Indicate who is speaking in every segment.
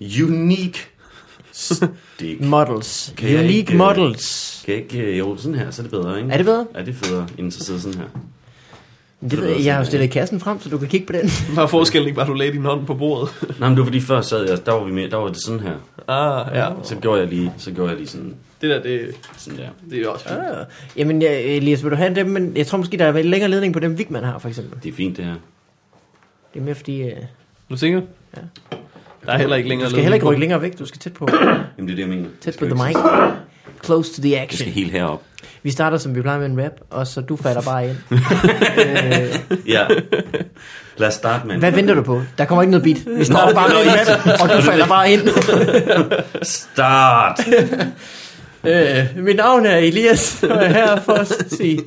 Speaker 1: Unique stick.
Speaker 2: Models.
Speaker 1: Kan jeg
Speaker 2: Unique
Speaker 1: ikke, øh,
Speaker 2: models.
Speaker 1: Kan jeg ikke... øh, Jo, sådan her, så er det bedre, ikke?
Speaker 2: Er det bedre?
Speaker 1: Er det federe, end så sidder sådan her?
Speaker 2: Det ved jeg, jeg har jo stillet kassen frem, så du kan kigge på den.
Speaker 3: Var forskellen ikke bare, at du lagde din hånd på bordet?
Speaker 1: Nej, men det var fordi før sad jeg, der var vi med, der var det sådan her.
Speaker 3: ah, ja.
Speaker 1: Så gjorde jeg lige, så gjorde jeg lige sådan,
Speaker 3: Det der, det,
Speaker 1: sådan der.
Speaker 3: det er jo også fint.
Speaker 2: Ah, jamen, jeg, Elias, vil du have dem? Men jeg tror måske, der er lidt længere ledning på dem, Vigman har, for eksempel.
Speaker 1: Det er fint, det her.
Speaker 2: Det er mere fordi, øh,
Speaker 3: Er Du sikker?
Speaker 2: Ja.
Speaker 3: Der er heller ikke længere
Speaker 2: du skal heller ikke rykke længere væk. Du skal tæt på,
Speaker 1: Jamen, det er det, jeg mener. Jeg
Speaker 2: tæt
Speaker 1: skal
Speaker 2: på
Speaker 1: jo
Speaker 2: the
Speaker 1: ikke
Speaker 2: mic. Close to the
Speaker 1: Jeg skal
Speaker 2: action.
Speaker 1: helt herop.
Speaker 2: Vi starter, som vi plejer med en rap, og så du falder bare ind. Øh,
Speaker 1: Ja. Lad os starte med en
Speaker 2: Hvad venter du på? Der kommer ikke noget beat. Vi starter bare med en rap, og du falder bare ind.
Speaker 1: Start!
Speaker 2: Øh, mit navn er Elias, og jeg er her for at sige...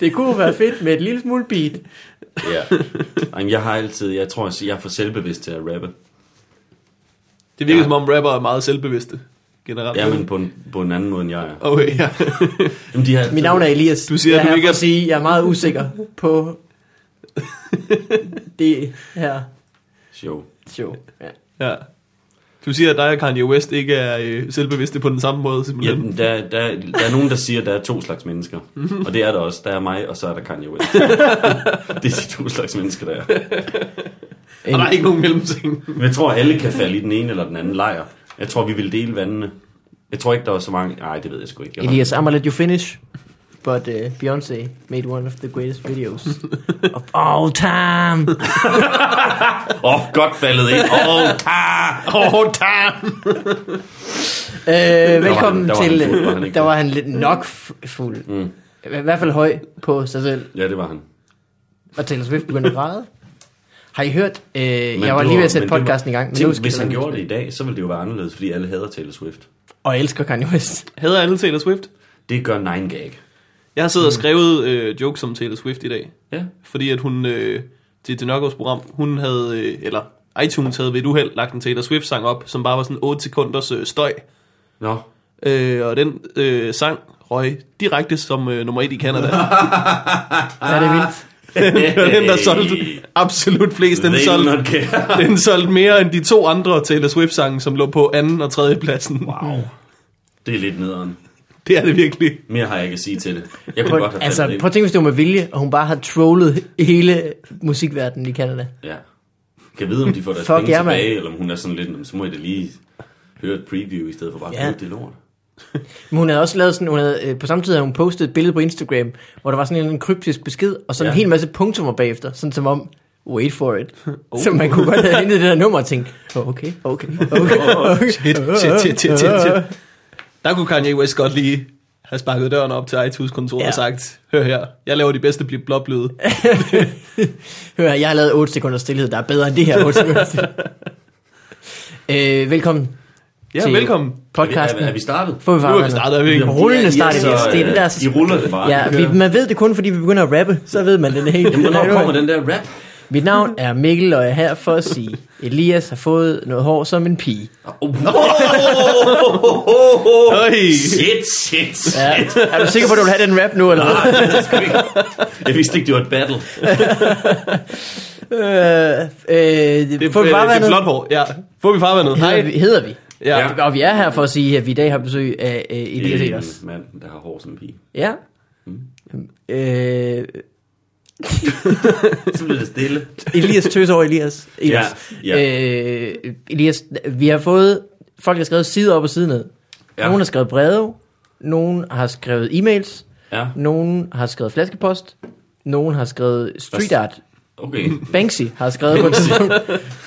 Speaker 2: Det kunne være fedt med et lille smule beat.
Speaker 1: Ja. Jamen, jeg har altid, jeg tror, jeg er for selvbevidst til at rappe.
Speaker 3: Det virker
Speaker 1: Ja.
Speaker 3: som om rapper er meget selvbevidste generelt.
Speaker 1: Ja, men på en, på en anden måde, end jeg er.
Speaker 3: Okay, ja.
Speaker 1: Jamen, de har,
Speaker 2: Mit navn er Elias.
Speaker 3: Du siger,
Speaker 2: jeg
Speaker 3: at du
Speaker 2: her
Speaker 3: ikke
Speaker 2: for
Speaker 3: er-
Speaker 2: at sige, at jeg er meget usikker på det her
Speaker 1: Sjov.
Speaker 2: show. Ja.
Speaker 3: ja. Du siger, at dig og Kanye West ikke er øh, selvbevidste på den samme måde,
Speaker 1: Ja,
Speaker 3: simpelthen.
Speaker 1: der, der, der er nogen, der siger, at der er to slags mennesker. Og det er der også. Der er mig, og så er der Kanye West. det er de to slags mennesker, der er.
Speaker 3: Og der er ikke nogen mellemting.
Speaker 1: Men jeg tror, alle kan falde i den ene eller den anden lejr. Jeg tror, vi vil dele vandene. Jeg tror ikke, der er så mange... Nej, det ved jeg sgu ikke. Jeg holder-
Speaker 2: Elias, I'm gonna let you finish. But uh, Beyoncé made one of the greatest videos of all time.
Speaker 1: Åh, oh, godt faldet ind. Åh, oh,
Speaker 3: All time!
Speaker 2: Øh, velkommen
Speaker 1: der var han
Speaker 2: til...
Speaker 1: fuld, var han ikke
Speaker 2: der
Speaker 1: det?
Speaker 2: var han lidt nok fu- fuld. Mm. I hvert fald høj på sig selv.
Speaker 1: Ja, det var han.
Speaker 2: Og Taylor Swift begyndte at græde. Har I hørt? Øh,
Speaker 1: Men
Speaker 2: jeg var
Speaker 1: det
Speaker 2: lige ved at sætte
Speaker 1: men det var-
Speaker 2: podcasten i gang.
Speaker 1: Tænk,
Speaker 2: skal
Speaker 1: hvis
Speaker 2: jeg-
Speaker 1: han gjorde det i dag, så ville det jo være anderledes, fordi alle hader Taylor Swift.
Speaker 2: Og elsker Kanye West.
Speaker 3: Hader alle Taylor Swift?
Speaker 1: Det gør 9 gag.
Speaker 3: Jeg har siddet og skrevet øh, jokes om Taylor Swift i dag.
Speaker 1: Ja.
Speaker 3: Fordi at hun, øh, til Denokos program, hun havde, øh, eller iTunes havde ved et uheld lagt en Taylor Swift-sang op, som bare var sådan 8 sekunders øh, støj.
Speaker 1: Nå,
Speaker 3: Øh, og den øh, sang røg direkte som øh, nummer 1 i Canada.
Speaker 2: Ah. Er det vildt?
Speaker 3: det var den, der solgte absolut flest. Den solgte, den solgte mere end de to andre Taylor Swift-sange, som lå på anden og tredje pladsen. Wow.
Speaker 1: Det er lidt nederen.
Speaker 3: Det er det virkelig.
Speaker 1: Mere har jeg ikke at sige til det. Jeg kunne godt
Speaker 2: Prøv,
Speaker 1: have
Speaker 2: altså,
Speaker 1: altså, det
Speaker 2: prøv
Speaker 1: ind.
Speaker 2: at tænke, hvis det var med vilje, og hun bare har trollet hele musikverdenen i Canada.
Speaker 1: Ja. Kan vide, om de får deres
Speaker 2: Fuck
Speaker 1: penge
Speaker 2: jer,
Speaker 1: tilbage,
Speaker 2: mand.
Speaker 1: eller om hun er sådan lidt, "Nå, så må jeg da lige høre et preview, i stedet for bare at
Speaker 2: Ja.
Speaker 1: ja. det lort.
Speaker 2: Men hun havde også lavet sådan, hun havde, øh, på samme tid havde hun postet et billede på Instagram, hvor der var sådan en, eller anden kryptisk besked, og sådan ja. en
Speaker 1: Ja.
Speaker 2: hel masse punktummer bagefter, sådan som om, wait for it. Oh. Så man kunne godt have hentet det der nummer og tænkt, "Åh, okay, okay, okay, okay.
Speaker 3: Shit, shit, shit, shit, shit, shit. Der kunne Kanye West godt lige have sparket døren op til iTunes-kontoret
Speaker 2: Ja.
Speaker 3: ja. og sagt, hør her, jeg laver de bedste bl- blåbløde.
Speaker 2: Hør, jeg har lavet 8 sekunder stillhed, der er bedre end det her 8 sekunder stillhed. øh, velkommen
Speaker 3: Ja,
Speaker 2: til
Speaker 3: velkommen.
Speaker 2: podcasten.
Speaker 1: Er, vi- er vi startet?
Speaker 2: Får vi
Speaker 3: Nu er vi
Speaker 2: farvandet.
Speaker 3: startet, er vi ikke?
Speaker 2: Rullende start,
Speaker 1: Ja,
Speaker 2: det er det, er det der...
Speaker 1: øh, I ruller det bare.
Speaker 2: Ja, vi, man ved det kun, fordi vi begynder at rappe, så ved man den helt.
Speaker 1: Jamen, hvornår kommer den der rap?
Speaker 2: Mit navn er Mikkel, og jeg er her for at sige, Elias har fået noget hår som en pige.
Speaker 1: Oh, wow.
Speaker 3: Hey.
Speaker 1: Shit, shit, shit.
Speaker 2: Ja. Er du sikker på, at du vil have den rap nu, eller hvad?
Speaker 1: Det skal vi ikke. Jeg vidste ikke, det var et battle.
Speaker 2: Øh, øh,
Speaker 3: Det,
Speaker 2: får vi
Speaker 3: øh, det er
Speaker 2: farvandet?
Speaker 3: flot hår, ja. Får vi farvandet?
Speaker 2: Hedder vi,
Speaker 3: Hej.
Speaker 2: hedder vi.
Speaker 3: Ja.
Speaker 1: Ja.
Speaker 2: Og vi er her for at sige, at vi i dag har besøg af øh, Elias Mm.
Speaker 1: Det er
Speaker 2: Elers.
Speaker 1: en Øhm, mand, der har hår som en pige.
Speaker 2: Ja. Øh,
Speaker 1: Så bliver det stille.
Speaker 2: Elias tøs over Elias. Elias.
Speaker 1: Ja,
Speaker 2: Øh, Elias, vi har fået folk, der har skrevet side op og side ned. Ja.
Speaker 1: Ja.
Speaker 2: Nogen har skrevet breve, nogen har skrevet e-mails,
Speaker 1: Ja,
Speaker 2: nogen har skrevet flaskepost, nogen har skrevet street art.
Speaker 1: okay.
Speaker 2: Banksy har skrevet på et tidspunkt,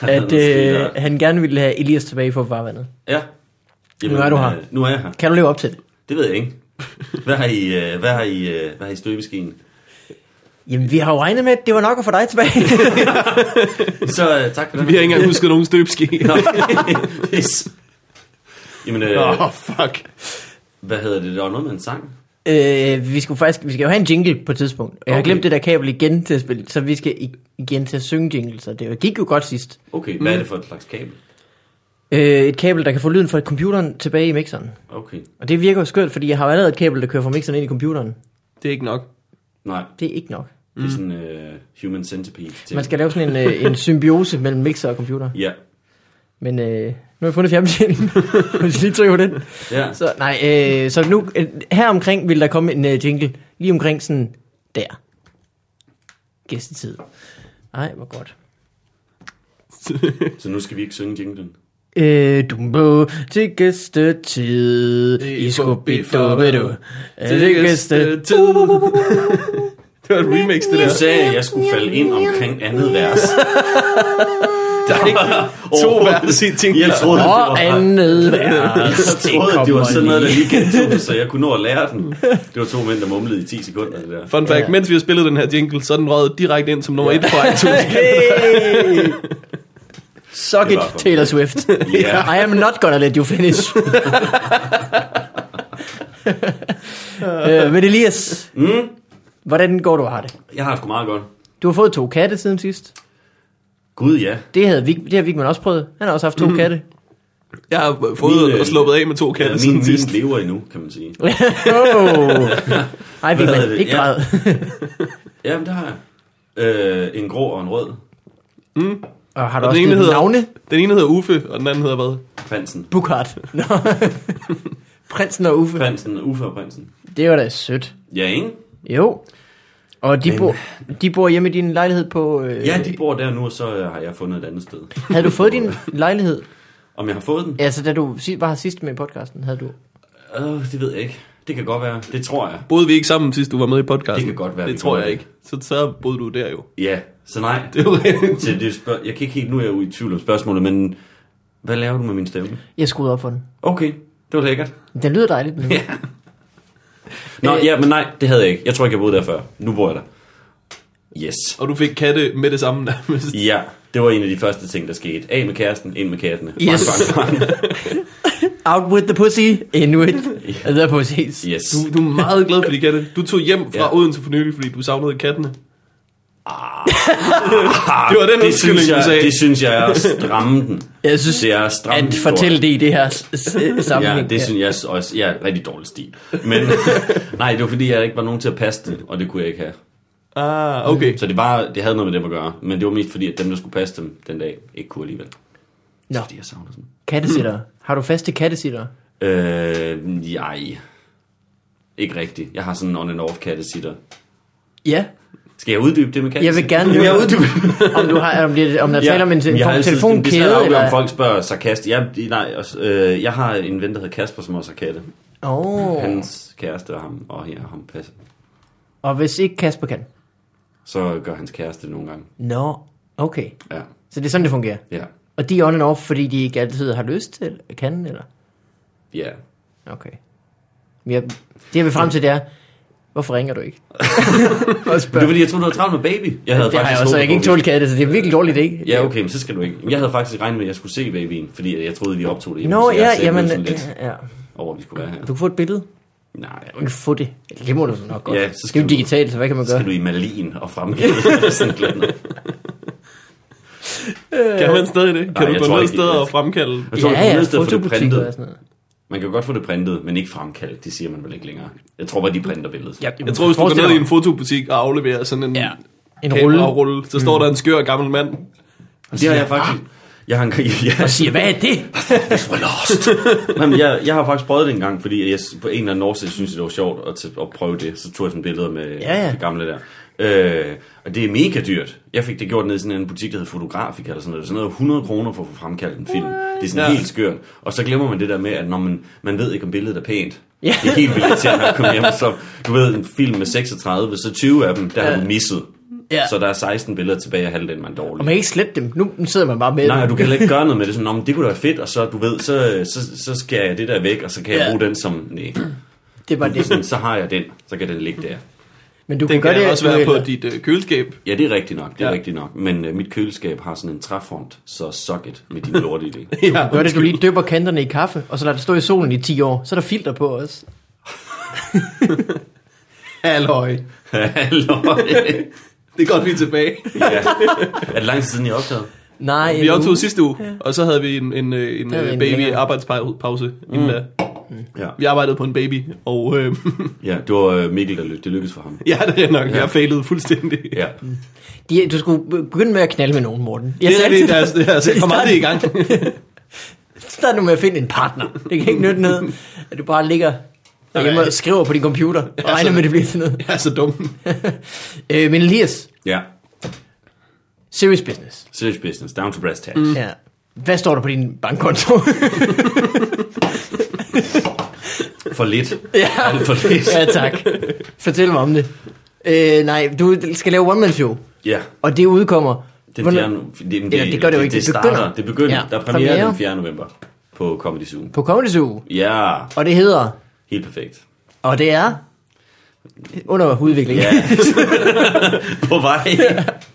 Speaker 2: at
Speaker 1: Street
Speaker 2: øh,
Speaker 1: art.
Speaker 2: han gerne ville have Elias tilbage for farvandet.
Speaker 1: Ja. Jamen,
Speaker 2: Nu er du her.
Speaker 1: øh, Nu er jeg her.
Speaker 2: Kan du leve op til det?
Speaker 1: Det ved jeg ikke. Hvad har I, øh, hvad har I, øh, hvad har I støbeskeen?
Speaker 2: Jamen, vi har jo regnet med, at det var nok at få dig tilbage.
Speaker 1: Så øh, tak for det.
Speaker 3: Vi har ikke engang husket nogen støbski.
Speaker 1: Nå. Pis. Jamen, øh,
Speaker 3: Åh, oh, fuck.
Speaker 1: hvad hedder det? Der var noget med en sang.
Speaker 2: Øh, vi, skulle faktisk, vi skal jo have en jingle på et tidspunkt. Jeg har
Speaker 1: Okay.
Speaker 2: glemt det der kabel igen til at spille, så vi skal i- igen til at synge jingle, så det gik jo godt sidst.
Speaker 1: Okay, hvad er
Speaker 3: Mm.
Speaker 1: det for et slags kabel?
Speaker 2: Øh, et kabel, der kan få lyden fra computeren tilbage i mixeren.
Speaker 1: Okay.
Speaker 2: Og det virker jo skørt, fordi jeg har jo allerede et kabel, der kører fra mixeren ind i computeren.
Speaker 3: Det er ikke nok.
Speaker 1: Nej,
Speaker 2: Det er ikke nok.
Speaker 1: Det er
Speaker 3: Mm.
Speaker 1: sådan øh, human centipede ting.
Speaker 2: Man skal lave sådan en, øh, en symbiose mellem mixer og computer.
Speaker 1: Ja,
Speaker 2: Men øh, nu har jeg fundet fjernbetjeningen. Hvis jeg lige trykker på den.
Speaker 1: ja.
Speaker 2: Så, nej, øh, så nu, øh, her omkring vil der komme en øh, jingle. Lige omkring sådan der. Gæstetid. Ej, hvor godt.
Speaker 1: Så nu skal vi ikke synge jinglen.
Speaker 2: Øh, dumbo, til gæstetid.
Speaker 3: Det er
Speaker 2: I
Speaker 3: Bobby
Speaker 2: skubidubbidu.
Speaker 3: Farber.
Speaker 2: Til gæstetid.
Speaker 3: Det var et remix, det der.
Speaker 1: Du sagde, at jeg skulle falde ind omkring andet vers. Der er ikke
Speaker 3: To vers i ting.
Speaker 1: Jeg troede, det var,
Speaker 2: Og andet
Speaker 1: jeg
Speaker 2: vers.
Speaker 1: troede, det var sådan noget, der
Speaker 2: Ah, lige.
Speaker 1: lige gentog, så jeg kunne nå at lære den. Det var to mænd, der mumlede i 10 sekunder. Det der.
Speaker 3: Fun fact,
Speaker 2: Ja.
Speaker 3: mens vi har spillet den her jingle, så er den røget direkte ind som nummer et på iTunes.
Speaker 2: Hey! Suck
Speaker 1: Det
Speaker 2: it,
Speaker 1: var for-
Speaker 2: Taylor Swift.
Speaker 1: Ja.
Speaker 2: I am not gonna let you finish. øh, men Elias,
Speaker 1: Mm,
Speaker 2: hvordan går du og har det?
Speaker 1: jeg har det sgu meget godt.
Speaker 2: Du har fået to katte siden sidst.
Speaker 1: Gud ja.
Speaker 2: Det, havde Vig, det har Vigman også prøvet. Han har også haft to mm. katte.
Speaker 3: Jeg har fået
Speaker 1: Min, øh,
Speaker 3: og sluppet af med to
Speaker 1: ja
Speaker 3: katte
Speaker 1: min,
Speaker 3: siden sidst.
Speaker 1: min lever endnu, kan man sige.
Speaker 2: oh. Ej,
Speaker 1: hedder
Speaker 2: Vigman,
Speaker 1: det?
Speaker 2: ikke
Speaker 1: Ja.
Speaker 2: græd.
Speaker 1: Jamen, det har jeg. Øh, en grå og en rød.
Speaker 2: Og har du
Speaker 3: Og
Speaker 2: også
Speaker 3: den ene
Speaker 2: givet hedder...
Speaker 3: hedder-
Speaker 2: navne?
Speaker 3: Den ene hedder Uffe, og den anden hedder hvad?
Speaker 1: Prinsen.
Speaker 2: Bukart. Nå. Prinsen og Uffe.
Speaker 1: Prinsen, Uffe og Prinsen.
Speaker 2: Det var da sødt.
Speaker 1: Ja, ikke?
Speaker 2: Jo. Og de,
Speaker 1: Men-
Speaker 2: bor, de bor hjemme i din lejlighed på... Øh,
Speaker 1: Ja, de bor der nu, og så øh, har jeg fundet et andet sted.
Speaker 2: Havde du fået din lejlighed?
Speaker 1: Om jeg har fået den?
Speaker 2: Altså, da du si- var her sidst med i podcasten, havde du...
Speaker 1: Øh, det ved jeg ikke. Det kan godt være. Det tror jeg.
Speaker 3: Boede vi ikke sammen sidst, du var med i podcasten?
Speaker 1: Det kan godt være,
Speaker 3: Det
Speaker 1: vi
Speaker 3: tror
Speaker 1: gjorde
Speaker 3: jeg
Speaker 1: det.
Speaker 3: ikke. Så, så boede du der jo.
Speaker 1: Ja, så nej.
Speaker 3: Det er jo rigtigt.
Speaker 1: Til det spørg- jeg kan ikke helt, nu er jeg jo i tvivl om spørgsmålet, men hvad laver du med min stemme?
Speaker 2: Jeg skruede op for den.
Speaker 1: Okay, det var lækkert.
Speaker 2: Den lyder dejligt, men...
Speaker 1: Ja. Nå,
Speaker 2: Øh.
Speaker 1: ja, men nej, det havde jeg ikke. Jeg tror ikke, jeg boede der før. Nu bor jeg der. Yes.
Speaker 3: Og du fik katte med det samme nærmest.
Speaker 1: Ja, det var en af de første ting, der skete. Af med kæresten, ind med kattene.
Speaker 2: Yes.
Speaker 1: Bang, bang, bang.
Speaker 2: Out with the pussy, in with the pussies.
Speaker 1: Yes.
Speaker 3: Du, du er meget glad for de katte. Du tog hjem fra
Speaker 1: Ja.
Speaker 3: ja. Odense for nylig, fordi du savnede kattene.
Speaker 1: Ah,
Speaker 3: det var den undskyldning,
Speaker 1: synes
Speaker 3: du
Speaker 1: jeg,
Speaker 3: sagde.
Speaker 1: Ah, Det synes jeg er at stramme den.
Speaker 2: Jeg synes,
Speaker 1: det er at stramme
Speaker 2: At
Speaker 1: den
Speaker 2: fortælle
Speaker 1: dårligt.
Speaker 2: det i det her s- s-
Speaker 1: Ja,
Speaker 2: sammenhæng.
Speaker 1: det synes jeg også. Ja, rigtig dårlig stil. Men nej, det var fordi, jeg ikke var nogen til at passe den, og det kunne jeg ikke have.
Speaker 3: Ah, okay.
Speaker 1: Så det, var, det havde noget med dem at gøre, men det var mest fordi, at dem, der skulle passe dem den dag, ikke kunne alligevel.
Speaker 2: Nå,
Speaker 1: Fordi jeg savner sådan.
Speaker 2: kattesitter. Har du faste kattesitter?
Speaker 1: Øh, nej. Ikke rigtigt. Jeg har sådan en on and off kattesitter.
Speaker 2: Ja.
Speaker 1: Skal jeg uddybe det med kattesitter?
Speaker 2: Jeg vil gerne
Speaker 1: Jamen, jeg
Speaker 2: høre-
Speaker 1: uddybe
Speaker 2: Om, du har, om, det, om der taler om en,
Speaker 1: men
Speaker 2: en
Speaker 1: jeg har
Speaker 2: form-
Speaker 1: altid- Det er
Speaker 2: telefonkæde,
Speaker 1: svært at afgøre,
Speaker 2: eller...
Speaker 1: om folk spørger sarkast. Jeg, nej, også, øh, jeg har en ven, der hedder Kasper, som også har katte.
Speaker 2: Åh.
Speaker 1: Hans kæreste og ham, og her ham passer.
Speaker 2: Og hvis ikke Kasper kan?
Speaker 1: Så gør hans kæreste det nogle gange.
Speaker 2: Nå, okay.
Speaker 1: Ja,
Speaker 2: Så det er sådan, det fungerer.
Speaker 1: ja,
Speaker 2: Og de er on and off, fordi de ikke altid har lyst til, kan eller?
Speaker 1: ja.
Speaker 2: Okay. Men Jeg, det jeg vil frem til, det er, hvorfor ringer du ikke? og
Speaker 1: Men det er
Speaker 2: spørger.
Speaker 1: fordi, jeg troede, du havde travlt med baby. Jeg havde
Speaker 2: Det har
Speaker 1: faktisk
Speaker 2: jeg også, jeg
Speaker 1: håbet
Speaker 2: kan ikke
Speaker 1: på, at
Speaker 2: tåle katte, så det er virkelig dårligt, ikke?
Speaker 1: vi- Ja, okay, men så skal du ikke. Jeg havde faktisk regnet med, at jeg skulle se babyen, fordi jeg troede, vi optog det. hjemme,
Speaker 2: Nå,
Speaker 1: så jeg
Speaker 2: ja,
Speaker 1: satte mig
Speaker 2: jamen,
Speaker 1: sådan lidt
Speaker 2: ja, ja.
Speaker 1: over, at vi skulle være her.
Speaker 2: Du kan få et billede.
Speaker 1: Nej, jeg
Speaker 2: Du kan få det. Eller Det må du så nok godt.
Speaker 1: Ja,
Speaker 2: Ja,
Speaker 1: så
Speaker 2: så det
Speaker 1: skal
Speaker 2: er jo
Speaker 1: du-
Speaker 2: digitalt, så hvad kan man
Speaker 1: Så
Speaker 2: gøre?
Speaker 1: skal du i Malin og fremkalde sådan et eller andet.
Speaker 3: Kan man stadig det? Kan
Speaker 1: Nej,
Speaker 3: Nej,
Speaker 1: jeg
Speaker 3: du gå
Speaker 1: tror ikke,
Speaker 3: ned et sted
Speaker 1: det-
Speaker 3: og fremkalde?
Speaker 1: Jeg tror, ja, ja, for det
Speaker 2: fotobutikker og
Speaker 1: printet.
Speaker 2: sådan noget.
Speaker 1: Man kan jo godt få det printet, men ikke fremkaldt. Det siger man vel ikke længere. Jeg tror bare, de printer billedet.
Speaker 2: Ja,
Speaker 3: Jeg tror, hvis du går
Speaker 2: forestil
Speaker 3: ned
Speaker 2: dig
Speaker 3: i en fotobutik og afleverer sådan en,
Speaker 2: Ja.
Speaker 3: ja.
Speaker 2: en rulle og
Speaker 3: rulle, så står der en skør gammel mand.
Speaker 1: Det har jeg faktisk... Jeg har, en, jeg,
Speaker 2: siger, hvad er det?
Speaker 1: We're lost. Nej, men jeg, jeg har faktisk prøvet det en gang, fordi jeg s- på en eller anden årsag synes, det var sjovt at, t- at prøve det. Så tog jeg sådan billeder med
Speaker 2: Ja,
Speaker 1: ja,
Speaker 2: ja.
Speaker 1: ja. det gamle der. Øh, og det er mega dyrt. Jeg fik det gjort ned i sådan en butik, der hed Fotografika eller sådan noget. Sådan noget 100 kroner for at få fremkaldt en film. Det er sådan
Speaker 3: Ja.
Speaker 1: ja. helt skørt. Og så glemmer man det der med, at når man, man ved ikke, om billedet er pænt.
Speaker 2: Ja.
Speaker 1: Det er helt vildt til at komme hjem. Så, du ved, en film med 36, så 20 af dem, der ja. har du misset.
Speaker 2: Ja.
Speaker 1: Ja. Så der er 16 billeder tilbage af halvdelen, man er dårlig.
Speaker 2: Og man kan ikke slette dem. Nu sidder man bare med
Speaker 1: Nej,
Speaker 2: dem.
Speaker 1: og du kan heller ikke gøre noget med det. Sådan, "Nå, men det kunne da være fedt, og så, du ved, så, så, så skærer jeg det der væk, og så kan jeg
Speaker 2: Ja.
Speaker 1: ja. bruge den som... Nej,
Speaker 2: Det var det.
Speaker 1: sådan, så har jeg den, så kan den ligge der.
Speaker 2: Men du
Speaker 3: Den
Speaker 2: kan gøre
Speaker 3: kan
Speaker 2: det
Speaker 3: også være på
Speaker 2: eller-
Speaker 3: dit øh, køleskab.
Speaker 1: Ja, det er rigtigt nok, det er
Speaker 3: Ja.
Speaker 1: ja. rigtigt nok. Men øh, mit køleskab har sådan en træfond, så suck it med din lorte idé.
Speaker 3: Ja,
Speaker 2: Gør det, du lige dypper kanterne i kaffe, og så lader det stå i solen i 10 år. Så er der filter på os.
Speaker 3: Halløj.
Speaker 1: Halløj.
Speaker 3: Det er godt, vi er tilbage.
Speaker 1: ja. Er det lang tid siden, I optaget?
Speaker 2: Nej,
Speaker 3: Vi
Speaker 2: endnu.
Speaker 3: optog sidste uge, og så havde vi en, en, øh, en,
Speaker 2: Der er
Speaker 3: øh,
Speaker 2: en
Speaker 3: baby
Speaker 2: længere.
Speaker 3: arbejdspause inden da.
Speaker 1: Ja,
Speaker 3: Vi arbejdede på en baby, og øh,
Speaker 1: ja det var øh, Mikkel, der ly- det lykkedes for ham.
Speaker 3: ja, det er nok, ja.
Speaker 1: Ja.
Speaker 3: jeg failede fuldstændig.
Speaker 1: Ja.
Speaker 2: De, du skulle begynde med at knalde med nogen, Morten. Jeg
Speaker 3: det er
Speaker 2: sagde
Speaker 3: det,
Speaker 2: til
Speaker 3: der
Speaker 2: dig-
Speaker 3: er, altså, der er, der er for meget i gang.
Speaker 2: Start nu med at finde en partner. Det kan ikke nytte noget, at du bare ligger derhjemme og skriver på din computer og regner med, at det bliver til noget.
Speaker 3: Jeg er så dum.
Speaker 2: øh, men Elias,
Speaker 1: ja.
Speaker 2: serious business.
Speaker 1: Serious business, down to brass tacks. Mm.
Speaker 2: Ja. Hvad står der på din bankkonto?
Speaker 1: For lidt.
Speaker 2: ja.
Speaker 1: Alt for lidt.
Speaker 2: ja, tak. Fortæl mig om det. Øh, nej, du skal lave One Man Show,
Speaker 1: Ja.
Speaker 2: og det udkommer...
Speaker 1: Den
Speaker 2: Hvornår-
Speaker 1: 4. Det, det,
Speaker 2: Eller det gør det jo ikke,
Speaker 1: Det,
Speaker 2: det begynder.
Speaker 1: starter. Det begynder.
Speaker 2: Ja,
Speaker 1: Ja, der er premiere,
Speaker 2: premiere.
Speaker 1: den 4. november på Comedy Zoo.
Speaker 2: På Comedy Zoo,
Speaker 1: Ja,
Speaker 2: og det hedder...
Speaker 1: helt perfekt.
Speaker 2: Og det er... Under udvikling.
Speaker 1: Ja. på vej.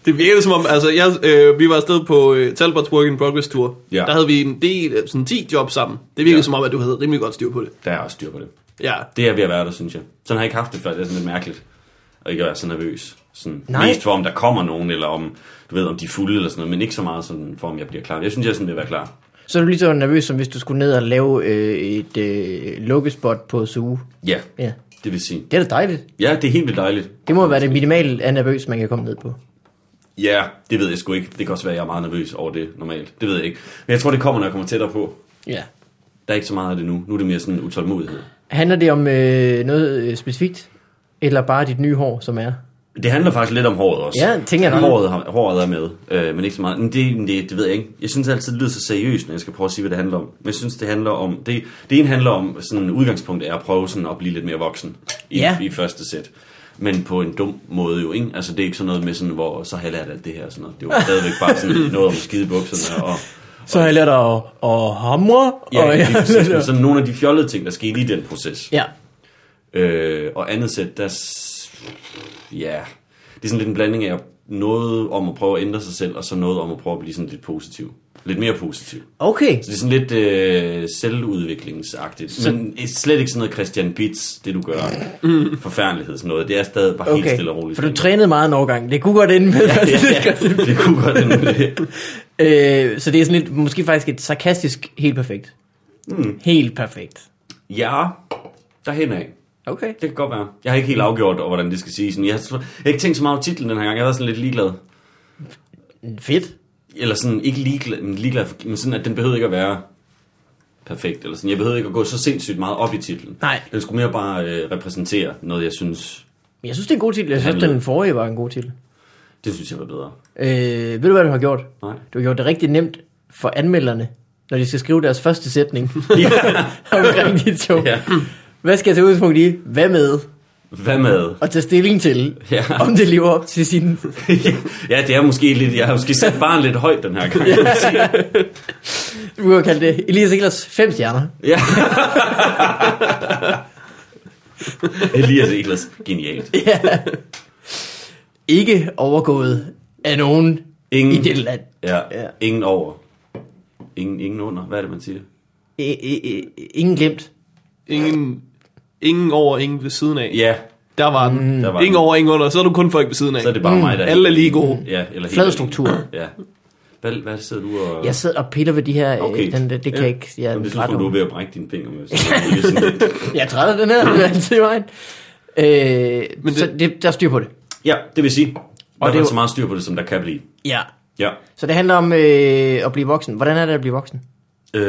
Speaker 3: Det virkede som om, altså jeg, øh, vi var afsted på øh, Talbots Work in Progress Tour.
Speaker 1: Ja.
Speaker 3: Der havde vi en del, øh, sådan 10 job sammen. Det virkede ja.
Speaker 1: Ja.
Speaker 3: som om, at du havde rimelig godt styr på det.
Speaker 1: Der er også styr på det.
Speaker 3: Ja.
Speaker 1: Det er ved at være der, synes jeg. Sådan har jeg ikke haft det før. Det er sådan lidt mærkeligt. Og ikke at være så nervøs. Sådan,
Speaker 2: Nej.
Speaker 1: mest for, om der kommer nogen, eller om, du ved, om de er fulde eller sådan noget, men ikke så meget sådan, for, om jeg bliver klar. Jeg synes, jeg er sådan ved at være klar.
Speaker 2: Så er du lige så nervøs, som hvis du skulle ned og lave øh, et øh, lukkespot på Zoo.
Speaker 1: Ja,
Speaker 2: Ja.
Speaker 1: det vil sige.
Speaker 2: Det er da dejligt.
Speaker 1: Ja, det er helt vildt dejligt.
Speaker 2: Det må være det minimale af nervøs, man kan komme ned på.
Speaker 1: Ja, det ved jeg sgu ikke. Det kan også være, at jeg er meget nervøs over det normalt. Det ved jeg ikke. Men jeg tror, det kommer, når jeg kommer tættere på.
Speaker 2: Ja.
Speaker 1: Der er ikke så meget af det nu. Nu er det mere sådan utålmodighed.
Speaker 2: Handler det om øh, noget øh, specifikt? Eller bare dit nye hår, som er?
Speaker 1: Det handler faktisk lidt om håret også.
Speaker 2: Ja, tænker jeg nok.
Speaker 1: håret, har- håret er med, øh, men ikke så meget. Men det, men det, det ved jeg ikke. Jeg synes altid, det lyder så seriøst, når jeg skal prøve at sige, hvad det handler om. Men jeg synes, det handler om... Det, det ene handler om, sådan udgangspunktet er at prøve sådan at blive lidt mere voksen i,
Speaker 2: Ja.
Speaker 1: i første sæt. Men på en dum måde jo, ikke? Altså, det er ikke sådan noget med sådan, hvor så har jeg lært alt det her og sådan noget. Det var stadigvæk bare sådan noget om skidebukserne og...
Speaker 2: Så har jeg lært at, at hamre.
Speaker 1: Ja, lige præcis. Men sådan nogle af de fjollede ting, der skete i den proces.
Speaker 2: ja.
Speaker 1: Øh, og andet sæt, der... s- Ja, det er sådan lidt en blanding af noget om at prøve at ændre sig selv, og så noget om at prøve at blive sådan lidt positiv. Lidt mere positiv.
Speaker 2: Okay.
Speaker 1: Så det er sådan lidt øh, selvudviklingsagtigt.
Speaker 2: Mm.
Speaker 1: Så... Men eh, slet ikke sådan noget Christian Bits, det du gør. Mm. Forfærdelighed, sådan noget. Det er stadig bare okay. helt
Speaker 2: Okay,
Speaker 1: stille og roligt.
Speaker 2: for du trænede meget en overgang. Det kunne godt ende med.
Speaker 1: ja, det kunne godt ende med det.
Speaker 2: øh, så det er sådan lidt, måske faktisk et sarkastisk helt perfekt.
Speaker 1: Hmm.
Speaker 2: Mm. Helt perfekt.
Speaker 1: Ja, derhen af.
Speaker 2: Okay.
Speaker 1: Det kan godt være. Jeg har ikke helt afgjort, over, hvordan det skal siges. Men Jeg har, jeg har ikke tænkt så meget over titlen den her gang. Jeg var sådan lidt ligeglad.
Speaker 2: Fedt.
Speaker 1: eller sådan ikke ligeglad, men ligeglad, for- men sådan, at den behøvede ikke at være perfekt, eller sådan. Jeg behøvede ikke at gå så sindssygt meget op i titlen.
Speaker 2: Nej.
Speaker 1: Den skulle mere bare øh, repræsentere noget, jeg synes,
Speaker 2: Men jeg synes, det er en god titel. Jeg synes,
Speaker 1: Handlede.
Speaker 2: den forrige var en god titel.
Speaker 1: det synes jeg var bedre.
Speaker 2: Øh, ved du, hvad du har gjort?
Speaker 1: Nej.
Speaker 2: Du har gjort det rigtig nemt for anmelderne, når de skal skrive deres første sætning
Speaker 1: Ja.
Speaker 2: omkring dit show.
Speaker 1: ja.
Speaker 2: Hvad skal jeg tage udgangspunkt i? Hvad med?
Speaker 1: Hvad med?
Speaker 2: Og tage stilling til,
Speaker 1: Ja.
Speaker 2: om det lever op til sin...
Speaker 1: ja, det er måske lidt, jeg har måske sat barn lidt højt den her gang.
Speaker 2: Du kan jo kalde det Elias Eglers fem stjerner.
Speaker 1: ja. Elias Eglers, genialt.
Speaker 2: Ja. Ikke overgået af nogen
Speaker 1: Ingen,
Speaker 2: i det land.
Speaker 1: ja,
Speaker 2: Ja.
Speaker 1: ja. ingen over. Ingen, ingen under. Hvad er det, man siger?
Speaker 2: I, I, I, E, ingen glemt.
Speaker 3: Ingen, ingen over, ingen ved siden af.
Speaker 1: Ja,
Speaker 3: Der var
Speaker 2: Mm.
Speaker 3: den.
Speaker 1: Der var
Speaker 3: ingen
Speaker 1: den.
Speaker 3: over, ingen under. Så er du kun folk ved siden af.
Speaker 1: så er det bare mig, der
Speaker 3: Alle er lige gode.
Speaker 1: Ja, eller helt
Speaker 2: Flad
Speaker 1: alene.
Speaker 2: struktur.
Speaker 1: Ja. Hvad, hvad sidder du og...
Speaker 2: Jeg sidder og piller ved de her... Okay. Øh, den, det, det kan jeg ikke... Jeg,
Speaker 1: Jamen, det synes
Speaker 2: ret
Speaker 1: du, du er ved at brække dine fingre med. Så det er lige sådan lidt-
Speaker 2: Jeg træder den her, det er altid i vejen. Øh, Men
Speaker 3: Men
Speaker 2: det... Så det, der er styr på det.
Speaker 1: ja, det vil sige, og
Speaker 2: det
Speaker 1: der
Speaker 2: er
Speaker 1: er
Speaker 2: jo-
Speaker 1: så meget styr på det, som der kan blive.
Speaker 2: Ja.
Speaker 1: Ja.
Speaker 2: Så det handler om øh, at blive voksen. Hvordan er det at blive voksen?
Speaker 1: Øh,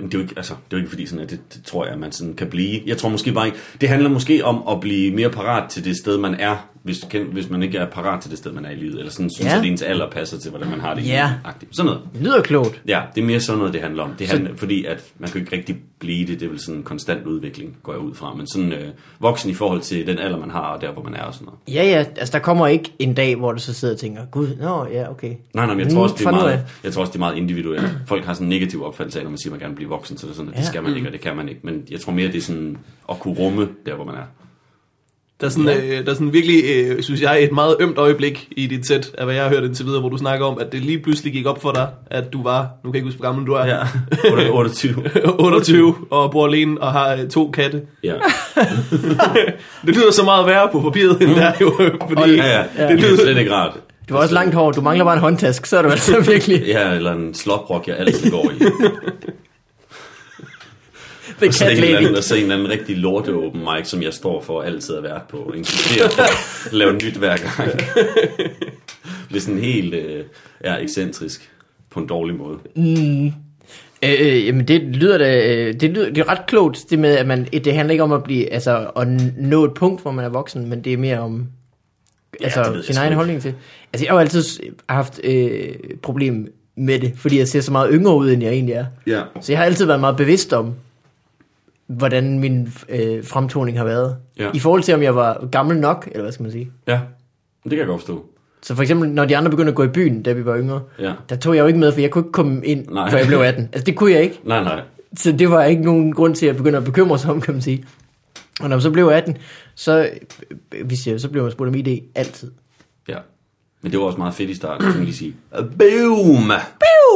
Speaker 1: men det er jo ikke, altså, det er jo ikke fordi, sådan, at det, det, tror jeg, at man sådan kan blive. Jeg tror måske bare ikke, det handler måske om at blive mere parat til det sted, man er, hvis, du kan- hvis man ikke er parat til det sted, man er i livet, eller sådan synes,
Speaker 2: Ja.
Speaker 1: at ens alder passer til, hvordan man har det i
Speaker 2: Ja.
Speaker 1: livet. Agtigt. Sådan noget.
Speaker 2: Det lyder klogt.
Speaker 1: Ja, det er mere sådan noget, det handler om. Det handler, Fordi at man kan jo ikke rigtig blive det. Det er vel sådan en konstant udvikling, går jeg ud fra. Men sådan øh, voksen i forhold til den alder, man har, og der, hvor man er og sådan noget.
Speaker 2: Ja, ja. Altså, der kommer ikke en dag, hvor du så sidder og tænker, gud, nå, ja, okay.
Speaker 1: Nej, nej, men jeg tror, også, det er
Speaker 2: Mm, fra nu
Speaker 1: meget, jeg tror også, det er meget individuelt. Folk har sådan en negativ opfattelse af, når man siger, at man gerne vil blive voksen, så er det sådan, at det
Speaker 2: Ja.
Speaker 1: skal man ikke, og det kan man ikke. Men jeg tror mere, det er sådan at kunne rumme der, hvor man er.
Speaker 3: Der er sådan, øh, der er sådan virkelig, øh, synes jeg, et meget ømt øjeblik i dit sæt, af hvad jeg har hørt indtil videre, hvor du snakker om, at det lige pludselig gik op for dig, at du var, nu kan jeg ikke huske, hvor gammel du er,
Speaker 1: Ja, 28.
Speaker 3: 28 og bor alene og har øh, to katte.
Speaker 1: Ja.
Speaker 3: Det lyder så meget værre på papiret, end det er jo, fordi
Speaker 1: Mm. Ja, ja,
Speaker 3: det
Speaker 1: det er
Speaker 3: lyder...
Speaker 1: slet ikke rart.
Speaker 2: Du har også langt hår, du mangler bare en håndtask, så er du altså virkelig...
Speaker 1: Ja, eller en sloprok, jeg altid går i.
Speaker 2: The
Speaker 1: Og så er
Speaker 2: Cat
Speaker 1: det helt
Speaker 2: Lady.
Speaker 1: andet at se en eller anden rigtig lorte open mic, som jeg står for altid at være på. og Insisterer på at lave nyt hver gang. Det er sådan helt øh, er ekscentrisk på en dårlig måde.
Speaker 2: Øh, øh, jamen det lyder da, øh, det, lyder, det er ret klogt, det med, at man, det handler ikke om at blive, altså at nå et punkt, hvor man er voksen, men det er mere om, altså
Speaker 1: det ved jeg
Speaker 2: sin
Speaker 1: sgu
Speaker 2: egen
Speaker 1: ikke.
Speaker 2: holdning til. Altså jeg har jo altid s- haft øh, problem med det, fordi jeg ser så meget yngre ud, end jeg egentlig er.
Speaker 1: Ja.
Speaker 2: Så jeg har altid været meget bevidst om, hvordan min øh, fremtoning har været.
Speaker 1: Ja.
Speaker 2: I forhold til, om jeg var gammel nok, eller hvad skal man sige.
Speaker 1: Ja, det kan jeg godt forstå.
Speaker 2: Så for eksempel, når de andre begyndte at gå i byen, da vi var yngre,
Speaker 1: Ja.
Speaker 2: der tog jeg jo ikke med, for jeg kunne ikke komme ind,
Speaker 1: Nej.
Speaker 2: før jeg blev 18. Altså det kunne jeg ikke.
Speaker 1: Nej, nej.
Speaker 2: Så det var ikke nogen grund til at begynde at bekymre sig om, kan man sige. Og når man så blev 18, så, øh, hvis jeg, så blev man spurgt om ID altid.
Speaker 1: Ja. Men det var også meget fedt i starten, kan man lige sige. Øh, Boom!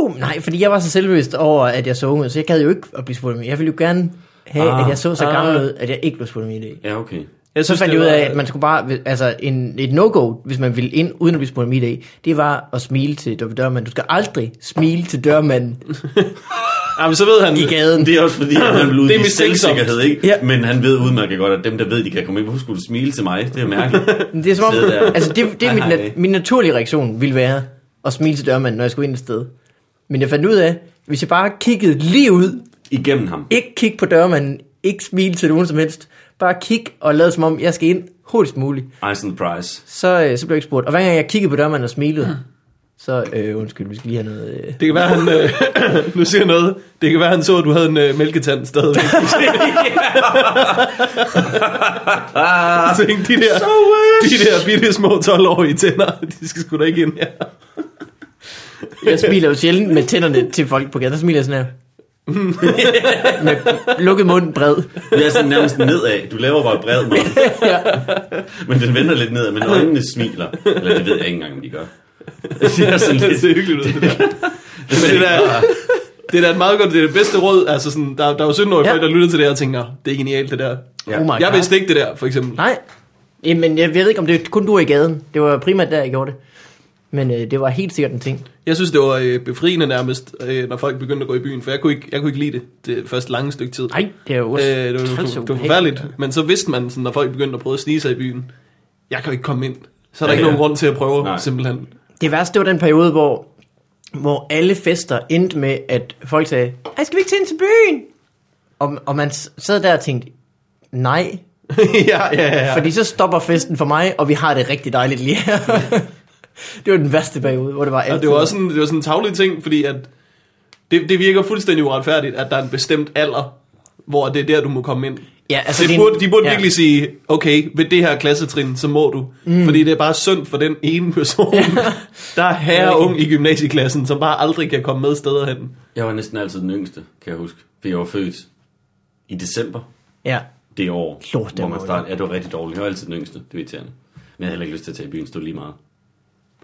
Speaker 2: Boom! Nej, fordi jeg var så selvbevidst over, at jeg så ung ud, så jeg gad jo ikke at blive spurgt om Jeg ville jo gerne have,
Speaker 1: Ah,
Speaker 2: at jeg så så
Speaker 1: ah.
Speaker 2: gammel ud, at jeg ikke blev spurgt om ID.
Speaker 1: Ja, okay.
Speaker 3: Jeg
Speaker 2: Så fandt
Speaker 3: det
Speaker 2: jeg ud
Speaker 3: var-
Speaker 2: af, at man skulle bare, altså en, et no-go, hvis man ville ind, uden at blive spurgt om ID, det var at smile til dør- dørmanden. Du skal aldrig smile til dørmanden
Speaker 3: Ja, men så ved han
Speaker 2: i
Speaker 3: det.
Speaker 2: gaden.
Speaker 1: Det er også fordi, at han vil ud
Speaker 3: Det er
Speaker 1: i
Speaker 3: mistænksomt.
Speaker 1: selvsikkerhed, ikke?
Speaker 2: Ja.
Speaker 1: Ja. Men han ved udmærket godt, at dem, der ved, de kan komme ind. Hvorfor skulle du smile til mig? Det er mærkeligt.
Speaker 2: Men Det er som om,
Speaker 1: Sidde der.
Speaker 2: altså det, det er
Speaker 1: Ej,
Speaker 2: mit,
Speaker 1: hej.
Speaker 2: nat, min naturlige reaktion ville være at smile til dørmanden, når jeg skulle ind et sted. Men jeg fandt ud af, hvis jeg bare kiggede lige ud,
Speaker 1: Igennem ham.
Speaker 2: ikke kigge på dørmanden, ikke smile til nogen som helst, bare kigge og lade som om, jeg skal ind hurtigst muligt,
Speaker 1: Eyes on the prize.
Speaker 2: så, øh, så blev jeg ikke spurgt. Og hver gang jeg kiggede på dørmanden og smilede, så øh, undskyld, vi skal lige have noget... Øh.
Speaker 3: Det kan være, han... Øh, nu siger jeg noget. Det kan være, han så, at du havde en øh, mælketand stadigvæk. Ah, så tænkte, de der, de der bitte små 12-årige tænder, de skal sgu da ikke ind her.
Speaker 2: Jeg smiler jo sjældent med tænderne til folk på gaden, der smiler jeg sådan her. med lukket mund bred.
Speaker 1: Det er sådan nærmest nedad. Du laver bare et bred mund.
Speaker 2: ja.
Speaker 1: Men den vender lidt nedad, men øjnene smiler. Eller det ved jeg ikke engang, om de gør. Det ser sådan
Speaker 3: Det
Speaker 1: lidt...
Speaker 3: ser hyggeligt ud, det der. Men det der, det der er et meget godt, det er det bedste råd. Altså sådan, der, der var 17-årige
Speaker 2: Ja.
Speaker 3: folk, der lyttede til det her og tænker, det er genialt det der.
Speaker 1: Ja.
Speaker 2: Oh my
Speaker 3: Jeg
Speaker 2: God.
Speaker 3: vidste ikke det der, for eksempel.
Speaker 2: Nej. Jamen, jeg ved ikke, om det er kun du i gaden. Det var primært der, jeg gjorde det. Men øh, det var helt sikkert en ting.
Speaker 3: Jeg synes, det var øh, befriende nærmest, øh, når folk begyndte at gå i byen, for jeg kunne ikke, jeg kunne ikke lide det det første lange stykke tid.
Speaker 2: Nej, det er jo
Speaker 3: Øh,
Speaker 2: også...
Speaker 3: det, var,
Speaker 2: træls
Speaker 3: det, var,
Speaker 2: og
Speaker 3: det var
Speaker 2: ubehageligt.
Speaker 3: forfærdeligt, men så vidste man, sådan, når folk begyndte at prøve at snige sig i byen, jeg kan jo ikke komme ind. Så er
Speaker 1: Ja,
Speaker 3: der ikke
Speaker 1: ja.
Speaker 3: nogen grund til at prøve,
Speaker 1: Nej.
Speaker 3: simpelthen.
Speaker 2: Det værste, det var den periode, hvor, hvor alle fester endte med, at folk sagde, Ej, skal vi ikke til ind til byen? Og, og man s- sad der og tænkte, nej,
Speaker 3: ja, ja, ja, ja.
Speaker 2: ja. fordi så stopper festen for mig, og vi har det rigtig dejligt lige her. det var den værste periode, hvor det var alt.
Speaker 3: Og det var også sådan, det var sådan en tavlig ting, fordi at det, det virker fuldstændig uretfærdigt, at der er en bestemt alder, hvor det er der, du må komme ind.
Speaker 2: Ja, altså
Speaker 3: Altså, det
Speaker 2: din-
Speaker 3: burde, de burde
Speaker 2: ja.
Speaker 3: ja. virkelig sige, okay, ved det her klassetrin, så må du. Mm. Fordi det er bare synd for den ene person, der er herre ung i gymnasieklassen, som bare aldrig kan komme med steder hen.
Speaker 1: Jeg var næsten altid den yngste, kan jeg huske. For jeg var født i december
Speaker 2: Ja.
Speaker 1: det år,
Speaker 2: Lort, det
Speaker 1: hvor man
Speaker 2: var
Speaker 1: startede. Ja, det var rigtig dårligt. Jeg var altid den yngste. Det var irriterende. Men jeg havde heller ikke lyst til at tage i byen. Stod lige meget.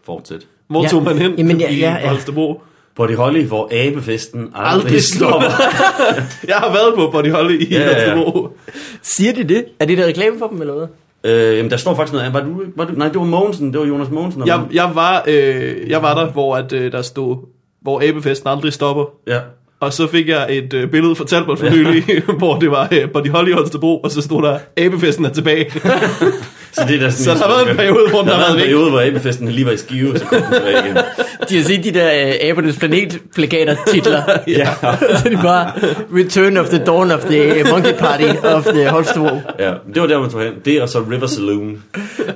Speaker 1: Fortsæt.
Speaker 3: Hvor
Speaker 2: Ja.
Speaker 3: ja. tog man hen?
Speaker 2: Jamen, ja,
Speaker 3: I
Speaker 2: ja, ja.
Speaker 3: Holstebro.
Speaker 1: På det holde, hvor abefesten aldrig,
Speaker 3: Aldrig
Speaker 1: aldrig stopper.
Speaker 3: Jeg har været på Body Holly i
Speaker 1: Ja, ja, ja.
Speaker 3: Holstebro.
Speaker 2: Siger de det? Er det der reklame for dem, eller hvad?
Speaker 1: øh, jamen, der står faktisk noget af. Var du, var du, nej, det var Mogensen. Det var Jonas Mogensen. der
Speaker 3: Jeg,
Speaker 1: var-
Speaker 3: jeg, var, øh, jeg var der, hvor, at, øh, der stod, hvor æbefesten aldrig stopper.
Speaker 1: ja.
Speaker 3: Og så fik jeg et øh, billede fra Talbot for nylig, hvor det var øh, Body Holly i Holstebro, og så stod der, æbefesten er tilbage.
Speaker 1: Så, det er der, sådan,
Speaker 3: Så der har været en periode, hvor den
Speaker 1: der
Speaker 3: har
Speaker 1: har været en
Speaker 3: været væk.
Speaker 1: periode, hvor abefesten lige var i skive, så kom den tilbage igen.
Speaker 2: De har set de der øh, Abernes Planet-plakater titler.
Speaker 1: Ja.
Speaker 2: Så det er bare Return of the Dawn of the Monkey Party of the Holstebro.
Speaker 1: Ja, det var der, man tog hen. Det og så River Saloon.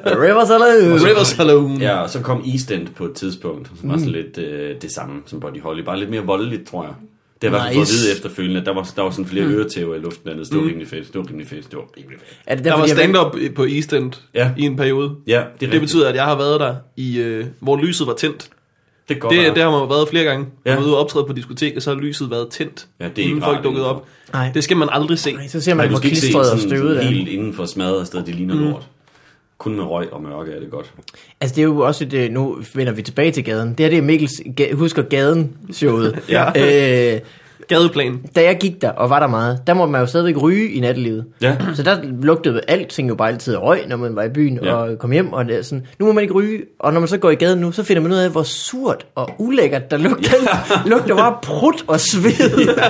Speaker 2: River Saloon.
Speaker 3: River
Speaker 2: Mm.
Speaker 3: Saloon.
Speaker 1: Ja, og så kom East End på et tidspunkt, som var sådan lidt øh, det samme som Body Holly. Bare lidt mere voldeligt, tror jeg. Det har jeg nice. fået at
Speaker 2: Nice. Mm.
Speaker 1: vide efterfølgende, at der var, der var sådan flere mm. øretæver i luften andet. Det var rimelig fedt. Det var rimelig fedt. Det var rimelig fedt.
Speaker 2: Er det
Speaker 3: Der
Speaker 2: derfor,
Speaker 3: var
Speaker 2: de har valgt-
Speaker 3: stand-up på East End
Speaker 1: Ja.
Speaker 3: i en periode.
Speaker 1: Ja, det er
Speaker 3: Det betyder, at jeg har været der, i, øh, hvor lyset var tændt.
Speaker 1: det går
Speaker 3: Det,
Speaker 1: det,
Speaker 3: det har man jo været flere gange. Ja.
Speaker 1: Ja.
Speaker 3: Man ude og optræde på diskotek, og så har lyset været tændt,
Speaker 1: Ja, det er ikke
Speaker 3: inden folk
Speaker 1: rart
Speaker 3: dukkede
Speaker 1: indenfor.
Speaker 3: op.
Speaker 2: Nej.
Speaker 3: Det skal man aldrig se.
Speaker 2: Nej, så ser man,
Speaker 1: Nej, du
Speaker 2: hvor
Speaker 1: skal ikke se
Speaker 2: klistret og
Speaker 1: sådan,
Speaker 2: støvet Mm.
Speaker 1: sådan
Speaker 2: er.
Speaker 1: helt inden for smadret sted. Det ligner lort. Kun med røg og mørke er det godt.
Speaker 2: Altså det er jo også et, øh, nu vender vi tilbage til gaden. Det her det er Mikkels ga- Husker Gaden-showet.
Speaker 3: Ja.
Speaker 2: øh,
Speaker 3: Gadeplan.
Speaker 2: da jeg gik der, og var der meget, der måtte man jo stadigvæk ryge i nattelivet.
Speaker 1: Ja.
Speaker 2: Så der lugtede alting jo bare altid af røg, når man var i byen
Speaker 1: Ja.
Speaker 2: ja. og kom hjem. Og det er sådan, nu må man ikke ryge, og når man så går i gaden nu, så finder man ud af, hvor surt og ulækkert der lugter. Ja. lugter bare prut og sved ja.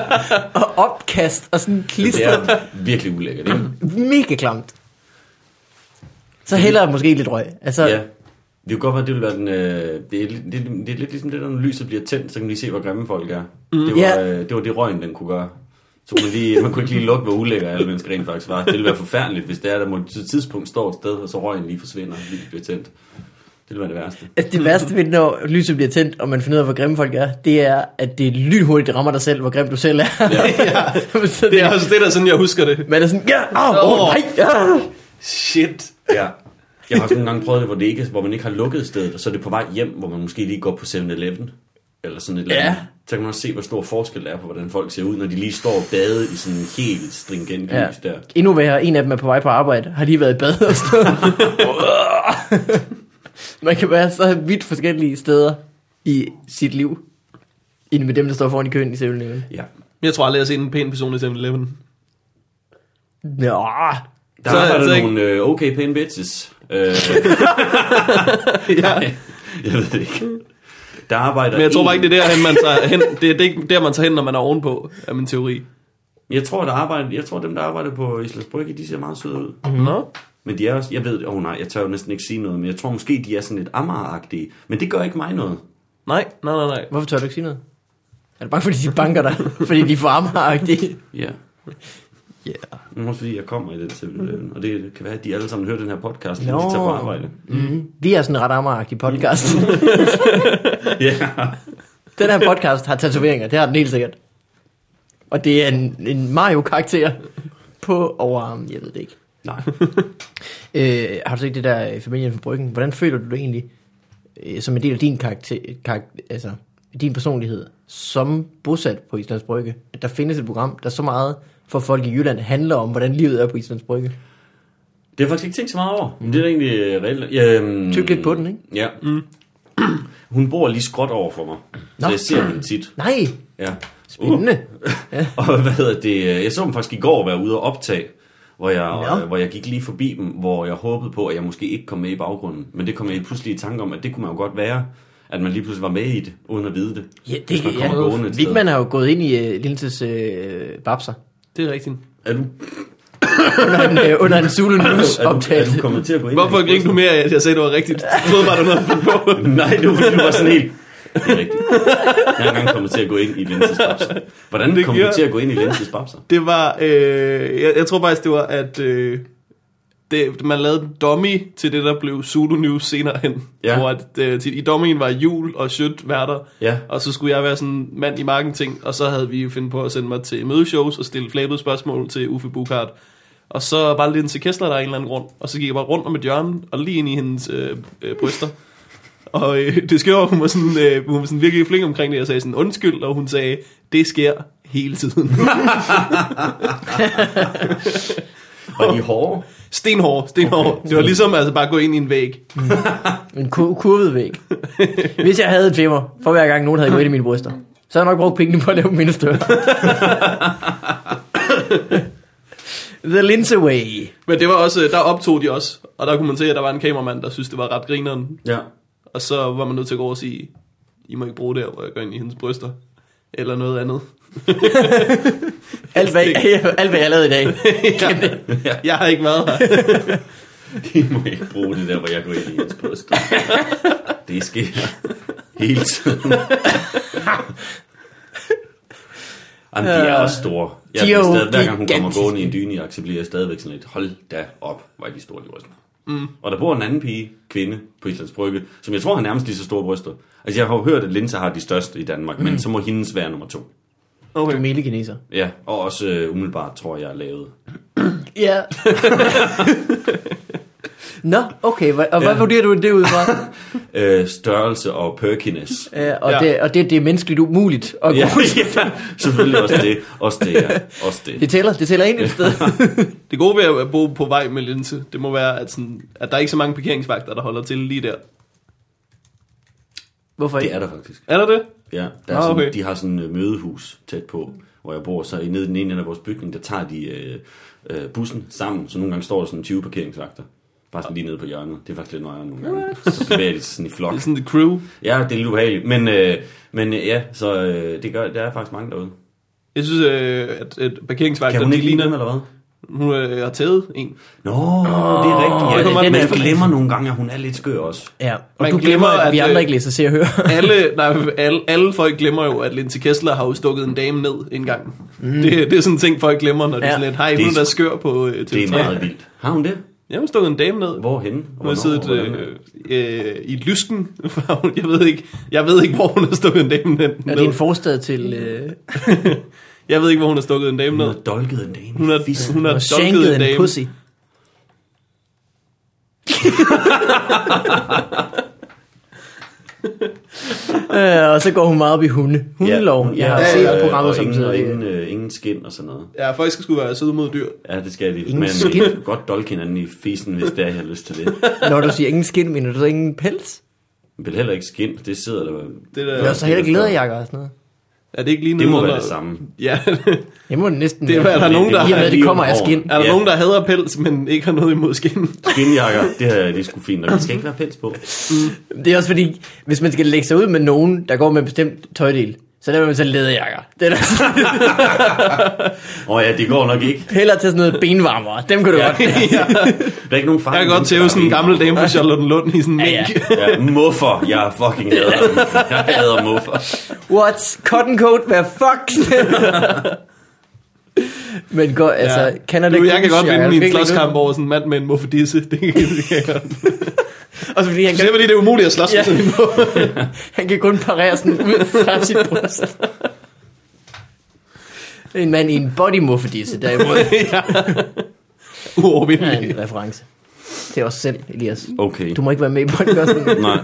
Speaker 2: og opkast og sådan
Speaker 1: Det
Speaker 2: klistret. Ja.
Speaker 1: er virkelig ulækkert, ikke?
Speaker 2: Mega klamt. Så heller måske lidt røg. Altså,
Speaker 1: Ja.
Speaker 2: ja.
Speaker 1: Det kunne godt være, det ville være den, øh, det, er, lidt- det, er- det er lidt ligesom det, der når lyset bliver tændt, så kan man lige se, hvor grimme folk er. Mm. Det, var,
Speaker 2: Ja.
Speaker 1: øh, det var det røgen, den kunne gøre. Så kunne man, lige, man kunne ikke lige lukke, hvor ulækker alle mennesker rent faktisk var. Det ville være forfærdeligt, hvis det er, der på et tidspunkt står et sted, og så røgen lige forsvinder, og lyset bliver tændt. Det ville være det værste.
Speaker 2: Altså, det værste ved, når lyset bliver tændt, og man finder ud af, hvor grimme folk er, det er, at det lynhurtigt rammer dig selv, hvor grim du selv er. Ja. så
Speaker 3: Det er også det, der sådan, jeg husker det.
Speaker 2: Man er sådan, ja, åh, oh,
Speaker 3: Åh.
Speaker 2: oh, nej, ja.
Speaker 3: Shit.
Speaker 1: Ja. Jeg har også nogle gange prøvet det, hvor, det ikke, hvor man ikke har lukket stedet, og så er det på vej hjem, hvor man måske lige går på 7-Eleven, eller sådan et eller andet.
Speaker 2: Ja.
Speaker 1: Ja. Så kan man også se, hvor stor forskel der er på, hvordan folk ser ud, når de lige står og bade i sådan en helt stringent ja.
Speaker 2: ja.
Speaker 1: lys der.
Speaker 2: Endnu værre, en af dem er på vej på arbejde, har lige været i bad og stået. Man kan være så vidt forskellige steder i sit liv, end med dem, der står foran i køen i 7-Eleven.
Speaker 1: Ja.
Speaker 3: Jeg tror aldrig, jeg har set en pæn person i 7-Eleven.
Speaker 2: Nå,
Speaker 1: Der så, er
Speaker 3: Så- så
Speaker 1: der
Speaker 3: altså ikke-
Speaker 1: nogle øh, okay pæne bitches. Øh,
Speaker 3: Ja.
Speaker 1: jeg ved det ikke. Der arbejder
Speaker 3: Men jeg tror bare
Speaker 1: en-
Speaker 3: ikke, det er der, hen, man tager hen. Det er, det er ikke der, man tager hen, når man er ovenpå, er min teori.
Speaker 1: Jeg tror, der arbejder, jeg tror, dem, der arbejder på Islas Brygge, de ser meget søde ud.
Speaker 3: Mm. Nå?
Speaker 1: Men de er også, jeg ved, åh oh nej, jeg tør jo næsten ikke sige noget, men jeg tror måske, de er sådan lidt amageragtige. Men det gør ikke mig noget.
Speaker 3: Nej, nej, nej, nej.
Speaker 2: hvorfor tør du ikke sige noget? Er det bare fordi, de banker dig? fordi de er for amageragtige?
Speaker 1: Ja.
Speaker 2: Ja.
Speaker 1: Men også fordi, jeg kommer i den selvfølgelig. Og det kan være, at de alle sammen hører den her podcast, når
Speaker 2: Nå.
Speaker 1: de tager på arbejde.
Speaker 2: Mm. Vi er sådan en ret amageragtig podcast.
Speaker 1: Ja.
Speaker 2: den her podcast har tatoveringer, det har den helt sikkert. Og det er en, en Mario-karakter på overarmen, jeg ved det ikke.
Speaker 1: Nej.
Speaker 2: Øh, har du set det der øh, familien fra Bryggen? Hvordan føler du det egentlig øh, som en del af din karakter, karakter, altså din personlighed, som bosat på Islands Brygge? At der findes et program, der så meget for folk i Jylland handler om, hvordan livet er på Islands Brygge.
Speaker 1: Det har jeg faktisk ikke tænkt så meget over. Men det er da egentlig øh, reelt. Ja, øhm,
Speaker 2: Tyk lidt på den, ikke?
Speaker 1: Ja. Mm. Hun bor lige skråt over for mig. Nå.
Speaker 2: Nå.
Speaker 1: Så jeg ser hende tit.
Speaker 2: Nej!
Speaker 1: Ja. Uh.
Speaker 2: Spændende! Uh.
Speaker 1: Og hvad hedder det? Jeg så dem faktisk i går være ude og optage, hvor jeg, øh,
Speaker 2: Nå.
Speaker 1: hvor jeg gik lige forbi dem, hvor jeg håbede på, at jeg måske ikke kom med i baggrunden. Men det kom jeg pludselig i tanke om, at det kunne man jo godt være, at man lige pludselig var med i det, uden at vide det.
Speaker 2: Ja, det
Speaker 1: Hvis man kommer gående
Speaker 2: ja.
Speaker 1: et sted.
Speaker 2: Vigman har jo gået ind i uh, Linses uh, babser
Speaker 3: Det er rigtigt.
Speaker 1: Er du,
Speaker 2: under en, uh, under en Zulu News
Speaker 1: er, du, er
Speaker 2: optagelse.
Speaker 1: du kommet til at gå ind?
Speaker 3: Hvorfor
Speaker 1: i-
Speaker 3: grinte du mere af, at jeg sagde, det var rigtigt? Jeg troede bare, der var noget at finde på.
Speaker 1: Nej, det var fordi, du var sådan helt... Det er rigtigt. Jeg er engang kommet til at gå ind i Lenses babser. Hvordan
Speaker 3: Det
Speaker 1: kom
Speaker 3: giver-
Speaker 1: du til at gå ind i Lenses babser?
Speaker 3: Det var, øh, jeg, jeg tror faktisk, det var, at øh, det, man lavede en dummy til det, der blev Zulu News senere hen.
Speaker 1: Ja.
Speaker 3: Hvor at, øh, til, i dummyen var jul og shit værter.
Speaker 1: Ja.
Speaker 3: Og så skulle jeg være sådan en mand i marketing, og så havde vi fundet på at sende mig til mødeshows og stille flabede spørgsmål til Uffe Bukart. Og så var det Linse Kessler der af en eller anden grund, og så gik jeg bare rundt om et hjørne og lige ind i hendes øh, øh, bryster. Og øh, det skøre, hun var, sådan, øh, hun var sådan virkelig flink omkring det. Jeg sagde sådan, undskyld, og hun sagde, det sker hele tiden.
Speaker 1: Var de hårde?
Speaker 3: Stenhård, stenhård. Okay. Det var ligesom altså bare at gå ind i en væg.
Speaker 2: En kur- kurvet væg. Hvis jeg havde et femmer, for hver gang nogen havde gået ind i mine bryster, så havde jeg nok brugt pengene på at lave mine større. The Lindsay Way.
Speaker 3: Men det var også, øh, der optog de også, og der kunne man se, at der var en kameramand, der synes det var ret grineren.
Speaker 1: Ja.
Speaker 3: Og så var man nødt til at gå over og sige, I må ikke bruge det her, hvor jeg går ind i hendes bryster. Eller noget andet.
Speaker 2: Alt hvad, alt hvad jeg lavede i dag.
Speaker 3: jeg, jeg har ikke været her.
Speaker 1: De må ikke bruge det der, hvor jeg går ind i hans bryster. Det sker hele tiden. Jamen, de er også store. Jeg
Speaker 2: Øh, De er jo
Speaker 1: bliver stadig, hver gang hun kommer
Speaker 2: gigantiske.
Speaker 1: gående i en dynejakke, så bliver jeg stadigvæk sådan lidt, hold da op, hvor er de store, de bryster. Mm. Og der bor en anden pige, kvinde, på Islands Brygge, som jeg tror har nærmest lige så store bryster. Altså, jeg har jo hørt, at Linse har de største i Danmark, mm. men så må hendes være nummer to.
Speaker 2: Du er
Speaker 3: Okay.
Speaker 2: mele kineser.
Speaker 1: Ja, og også øh, umiddelbart tror jeg, jeg er lavet.
Speaker 2: Ja. Nå, okay. hva- Og hvad
Speaker 1: Ja.
Speaker 2: vurderer du det ud fra?
Speaker 1: Øh, størrelse og perkiness.
Speaker 2: Ja, og,
Speaker 3: Ja.
Speaker 2: det, og det, det er menneskeligt umuligt at gå
Speaker 1: Ja,
Speaker 2: ud.
Speaker 1: ja, selvfølgelig også det. Også det, ja. Også
Speaker 2: Det
Speaker 1: det.
Speaker 2: tæller, det tæller ind et sted.
Speaker 3: Det gode ved at bo på vej med Linse, det må være, at, sådan, at der er ikke så mange parkeringsvagter, der holder til lige der.
Speaker 2: Hvorfor
Speaker 1: Det
Speaker 2: ikke?
Speaker 1: er der faktisk.
Speaker 3: Er der det?
Speaker 1: Ja, der er
Speaker 3: Nå,
Speaker 1: sådan,
Speaker 3: Ah, okay.
Speaker 1: de har sådan et mødehus tæt på, hvor jeg bor. Så i nede i den ene ende af vores bygning, der tager de øh, øh, bussen sammen, så nogle gange står der sådan 20 parkeringsvagter. Bare sådan lige nede på hjørnet. Det er faktisk lidt nøjere nogle gange. Så bevæger de sig sådan i flok.
Speaker 3: Det er sådan The Crew.
Speaker 1: Ja, det er lidt ubehageligt. Men, øh, men øh, ja, så øh, det gør, der er faktisk mange derude.
Speaker 3: Jeg synes, øh, at, at parkeringsvagter,
Speaker 1: Kan hun
Speaker 3: de
Speaker 1: ikke lide dem,
Speaker 3: ligner...
Speaker 1: eller hvad?
Speaker 3: Hun øh, har taget en.
Speaker 1: Nå, det er rigtigt.
Speaker 3: det
Speaker 1: Ja,
Speaker 3: kommer
Speaker 1: det, men
Speaker 3: an på
Speaker 1: jeg
Speaker 3: referencen.
Speaker 1: glemmer nogle gange, at hun er lidt skør også.
Speaker 2: Ja, og
Speaker 3: Man
Speaker 2: du
Speaker 3: glemmer,
Speaker 2: glemmer, at vi
Speaker 3: at,
Speaker 2: andre
Speaker 3: øh,
Speaker 2: ikke læser se og høre.
Speaker 3: Alle, nej, alle, alle folk glemmer jo, at Lindsay Kessler har jo stukket en dame ned en gang. Mm. Det, det er sådan en ting, folk glemmer, når ja. det er
Speaker 2: Ja.
Speaker 3: sådan lidt, hej,
Speaker 1: Det er
Speaker 3: hun er
Speaker 1: sgu-
Speaker 3: der skør på øh, TV3.
Speaker 1: Det er meget vildt. Har hun det?
Speaker 3: Ja, hun stukket en dame ned.
Speaker 1: Hvorhenne? Og
Speaker 3: Hun har
Speaker 1: hvornår?
Speaker 3: siddet
Speaker 1: Og hvordan?
Speaker 3: øh, øh, i lysken. hvor hun- jeg, ved ikke, jeg ved ikke, hvor hun har stukket en dame ned.
Speaker 2: Er det en forstad til... Øh,
Speaker 3: Jeg ved ikke, hvor hun har stukket en dame
Speaker 1: Hun
Speaker 3: ned.
Speaker 1: har dolket en dame.
Speaker 3: Hun har, hun har
Speaker 2: og
Speaker 3: dunket en
Speaker 2: skænket en
Speaker 3: dame.
Speaker 2: pussy. øh, og så går hun meget op i hunde. Hundeloven. Ja, jeg har
Speaker 3: ja,
Speaker 2: set
Speaker 3: ja,
Speaker 2: programmet,
Speaker 1: og
Speaker 2: som
Speaker 1: ingen, og ingen,
Speaker 2: hedder...
Speaker 1: øh, ingen skin og sådan noget.
Speaker 3: Ja, folk skal sgu være søde mod dyr.
Speaker 1: Ja, det skal de.
Speaker 2: Ingen
Speaker 1: Men
Speaker 2: skin?
Speaker 1: skin? kan godt dolke hinanden i fisen, hvis det er, jeg har lyst til det.
Speaker 2: Når du siger ingen skin, mener du så ingen pels?
Speaker 1: Men vel heller ikke skin, det sidder der.
Speaker 3: Det der,
Speaker 2: Ja, og så heller ikke læderjakker og sådan noget.
Speaker 3: Er det ikke lige
Speaker 1: Det
Speaker 3: noget,
Speaker 1: må være
Speaker 3: når-
Speaker 1: det samme.
Speaker 3: Ja,
Speaker 2: Jeg må næsten...
Speaker 3: Det er i hvert fald- Er der nogen, der-
Speaker 1: må
Speaker 3: I og
Speaker 2: med,
Speaker 1: være
Speaker 2: det
Speaker 1: lige
Speaker 2: kommer
Speaker 1: om
Speaker 2: af
Speaker 1: året.
Speaker 2: skin?
Speaker 3: er der
Speaker 1: Ja.
Speaker 3: nogen, der hader pels, men ikke har noget imod skin?
Speaker 1: Skinjakker, det, her, det er sgu fint nok. Der skal ikke være pels på.
Speaker 2: Det er også fordi, hvis man skal lægge sig ud med nogen, der går med en bestemt tøjdel, så laver man så læderjakker. Det er der
Speaker 1: Åh oh, ja, det går nok ikke.
Speaker 2: heller til sådan noget benvarmere. Dem kan du ja. godt.
Speaker 3: ja.
Speaker 1: Der er ikke nogen fejl.
Speaker 3: Jeg kan godt tæve sådan en gammel dame fra Charlottenlund i sådan en
Speaker 2: Ja, ja.
Speaker 3: mink.
Speaker 1: Ja, muffer. Jeg fucking hader dem. Jeg hader muffer.
Speaker 2: What? Cotton coat? Hvad fuck? Men går, altså,
Speaker 3: Ja.
Speaker 2: ja. Canada
Speaker 3: Nu, jeg kan
Speaker 2: Goose
Speaker 3: godt
Speaker 2: jakker,
Speaker 3: vinde
Speaker 2: du
Speaker 3: min
Speaker 2: kan ikke lægge
Speaker 3: slåskamp over sådan en mand med en muffedisse. Det, kan- det kan jeg godt.
Speaker 2: ud. Også Altså, fordi han
Speaker 3: Det er
Speaker 2: kan,
Speaker 3: fordi, det er umuligt at slås med
Speaker 2: Ja.
Speaker 3: sådan en
Speaker 2: han kan kun parere sådan ud fra sit bryst. En mand i en body muffedisse, derimod er
Speaker 3: uovervindelig.
Speaker 2: en reference. Det er os selv, Elias.
Speaker 1: Okay.
Speaker 2: Du må ikke være med i podcasten.
Speaker 1: Nej.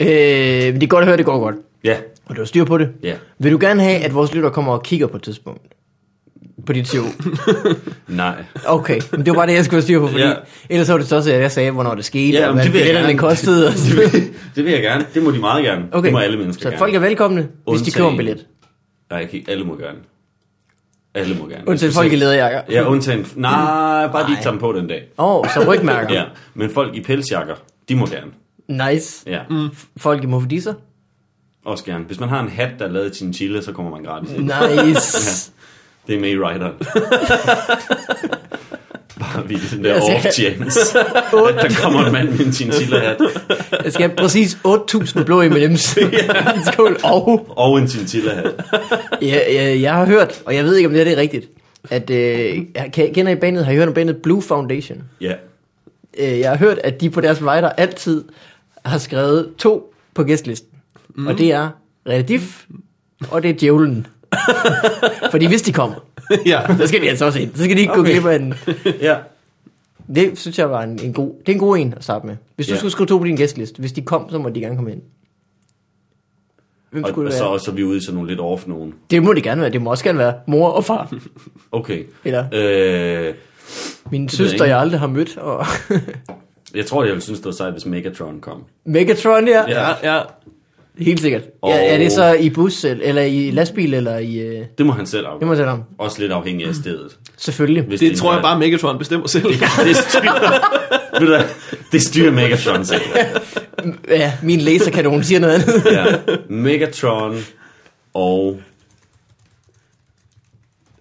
Speaker 2: øh, men det er godt at høre, det går godt.
Speaker 1: Ja,
Speaker 2: Og du har styr på det.
Speaker 1: ja.
Speaker 2: Vil du gerne have, at vores lytter kommer og kigger på et tidspunkt? På dit show?
Speaker 1: Nej.
Speaker 2: Okay, men det var bare det, jeg skulle have styr på, fordi
Speaker 1: Ja,
Speaker 2: ja. ellers var det tosset, at jeg sagde, hvornår det skete, og
Speaker 1: Ja, men
Speaker 2: hvad
Speaker 1: det vil jeg
Speaker 2: billetterne
Speaker 1: gerne.
Speaker 2: kostede. Og så.
Speaker 1: Det vil, det vil jeg gerne. Det må de meget gerne.
Speaker 2: Okay,
Speaker 1: Det må alle mennesker
Speaker 2: så
Speaker 1: gerne.
Speaker 2: folk er velkomne, hvis de
Speaker 1: Undtagen-
Speaker 2: køber en billet.
Speaker 1: Nej, okay. alle må gerne. Alle må gerne.
Speaker 2: Undtagen folk i lederjakker. Åh,
Speaker 1: Ja, undtagen... Nej, bare de ikke
Speaker 2: Nej.
Speaker 1: tager dem på den dag.
Speaker 2: oh, så rygmærker.
Speaker 1: Ja, men folk i pelsjakker, de må gerne.
Speaker 2: Nice.
Speaker 1: Ja,
Speaker 2: Folk i mofodisser.
Speaker 1: også gerne. Hvis man har en hat, der er lavet i chinchilla, så kommer man gratis.
Speaker 2: Mm.
Speaker 1: ind.
Speaker 2: Nice.
Speaker 1: Det er med i rideren. Bare vi den der
Speaker 2: Altså,
Speaker 1: off James. At der kommer en mand med en chinchilla-hat
Speaker 2: Jeg skal have præcis 8.000 blå M&M's i en skål. Og
Speaker 1: og en chinchilla-hat.
Speaker 2: jeg, jeg, jeg har hørt, og jeg ved ikke, om det her det er rigtigt, at øh, jeg kan- kender I bandet, har I hørt om bandet Blue Foundation?
Speaker 1: Ja,
Speaker 2: øh, jeg har hørt, at de på deres rider altid har skrevet to på gæstlisten. Mm. Og det er Relatif, og det er Djævlen. Fordi hvis de kommer,
Speaker 3: ja.
Speaker 2: så skal de altså også ind. Så skal de ikke okay. gå
Speaker 1: Okay.
Speaker 2: glip af den.
Speaker 1: ja.
Speaker 2: Det synes jeg var en, en god, det er en god en at starte med. Hvis du
Speaker 1: Ja.
Speaker 2: yeah. skulle skrive to på din gæstliste, hvis de kom, så må de gerne komme ind. Hvem
Speaker 1: Og,
Speaker 2: skulle
Speaker 1: og
Speaker 2: det
Speaker 1: så,
Speaker 2: være?
Speaker 1: og så er vi ude i sådan nogle lidt off nogen.
Speaker 2: Det må det gerne være. Det må også gerne være mor og far.
Speaker 1: Okay.
Speaker 2: Eller
Speaker 1: Øh,
Speaker 2: min
Speaker 1: ved jeg
Speaker 2: søster,
Speaker 1: ikke.
Speaker 2: jeg, aldrig har mødt. Og
Speaker 1: jeg tror, jeg ville synes, det var sejt, hvis Megatron kom.
Speaker 2: Megatron, ja.
Speaker 1: Ja.
Speaker 3: Ja, ja.
Speaker 2: Helt sikkert.
Speaker 1: Og-
Speaker 2: Ja, er det så i bus, eller eller i lastbil, eller i... Øh...
Speaker 1: Det må han selv
Speaker 2: Det
Speaker 1: afgøre.
Speaker 2: må jeg tale om.
Speaker 1: Også lidt afhængig af stedet.
Speaker 2: Selvfølgelig.
Speaker 1: Hvis er
Speaker 3: Det
Speaker 1: en
Speaker 3: tror jeg
Speaker 1: mand.
Speaker 3: bare, Megatron bestemmer selv.
Speaker 1: Det styrer, ved du hvad? det styrer Megatron selv.
Speaker 2: Ja, min laserkanon siger noget andet.
Speaker 1: Ja. Megatron og...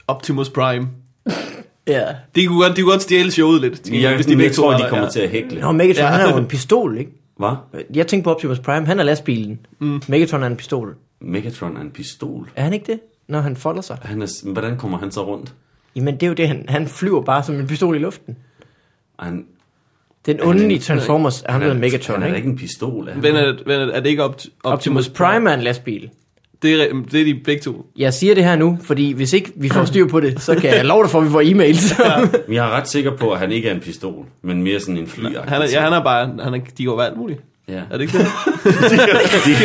Speaker 3: Optimus Prime.
Speaker 2: ja.
Speaker 3: De kunne godt, de kunne godt stjæle showet lidt. De,
Speaker 1: Jeg,
Speaker 3: hvis
Speaker 1: de jeg
Speaker 3: begge to
Speaker 1: tror,
Speaker 3: var
Speaker 1: de
Speaker 3: der,
Speaker 1: kommer
Speaker 3: ja.
Speaker 1: til at hækle.
Speaker 2: Nå, Megatron,
Speaker 3: Ja.
Speaker 2: ja. han er jo en pistol, ikke?
Speaker 1: Hvad?
Speaker 2: Jeg tænker på Optimus Prime, han er lastbilen. Mm. Megatron er en pistol.
Speaker 1: Megatron er en pistol.
Speaker 2: Er han ikke det, når han folder sig?
Speaker 1: Han er, hvordan kommer han så rundt?
Speaker 2: Jamen, det er jo det, han, han flyver bare som en pistol i luften.
Speaker 1: Han,
Speaker 2: Den
Speaker 1: han
Speaker 2: onde i Transformers, er han blevet Megatron,
Speaker 1: Han er da
Speaker 2: ikke?
Speaker 1: ikke en pistol. Er han?
Speaker 3: Vent, er, vent, er det ikke Opt- Optimus,
Speaker 2: Optimus Prime er en lastbil.
Speaker 3: Det er, re- det er de begge to.
Speaker 2: Jeg siger det her nu, fordi hvis ikke vi får styr på det, så kan jeg love dig for, at vi får e-mails.
Speaker 1: Men Jeg er ret sikker på, at han ikke er en pistol, men mere sådan en fly
Speaker 3: Han er, ja, han er bare... Han er, de går være alt muligt.
Speaker 1: Ja.
Speaker 3: Er det ikke det?
Speaker 1: de, kan, de,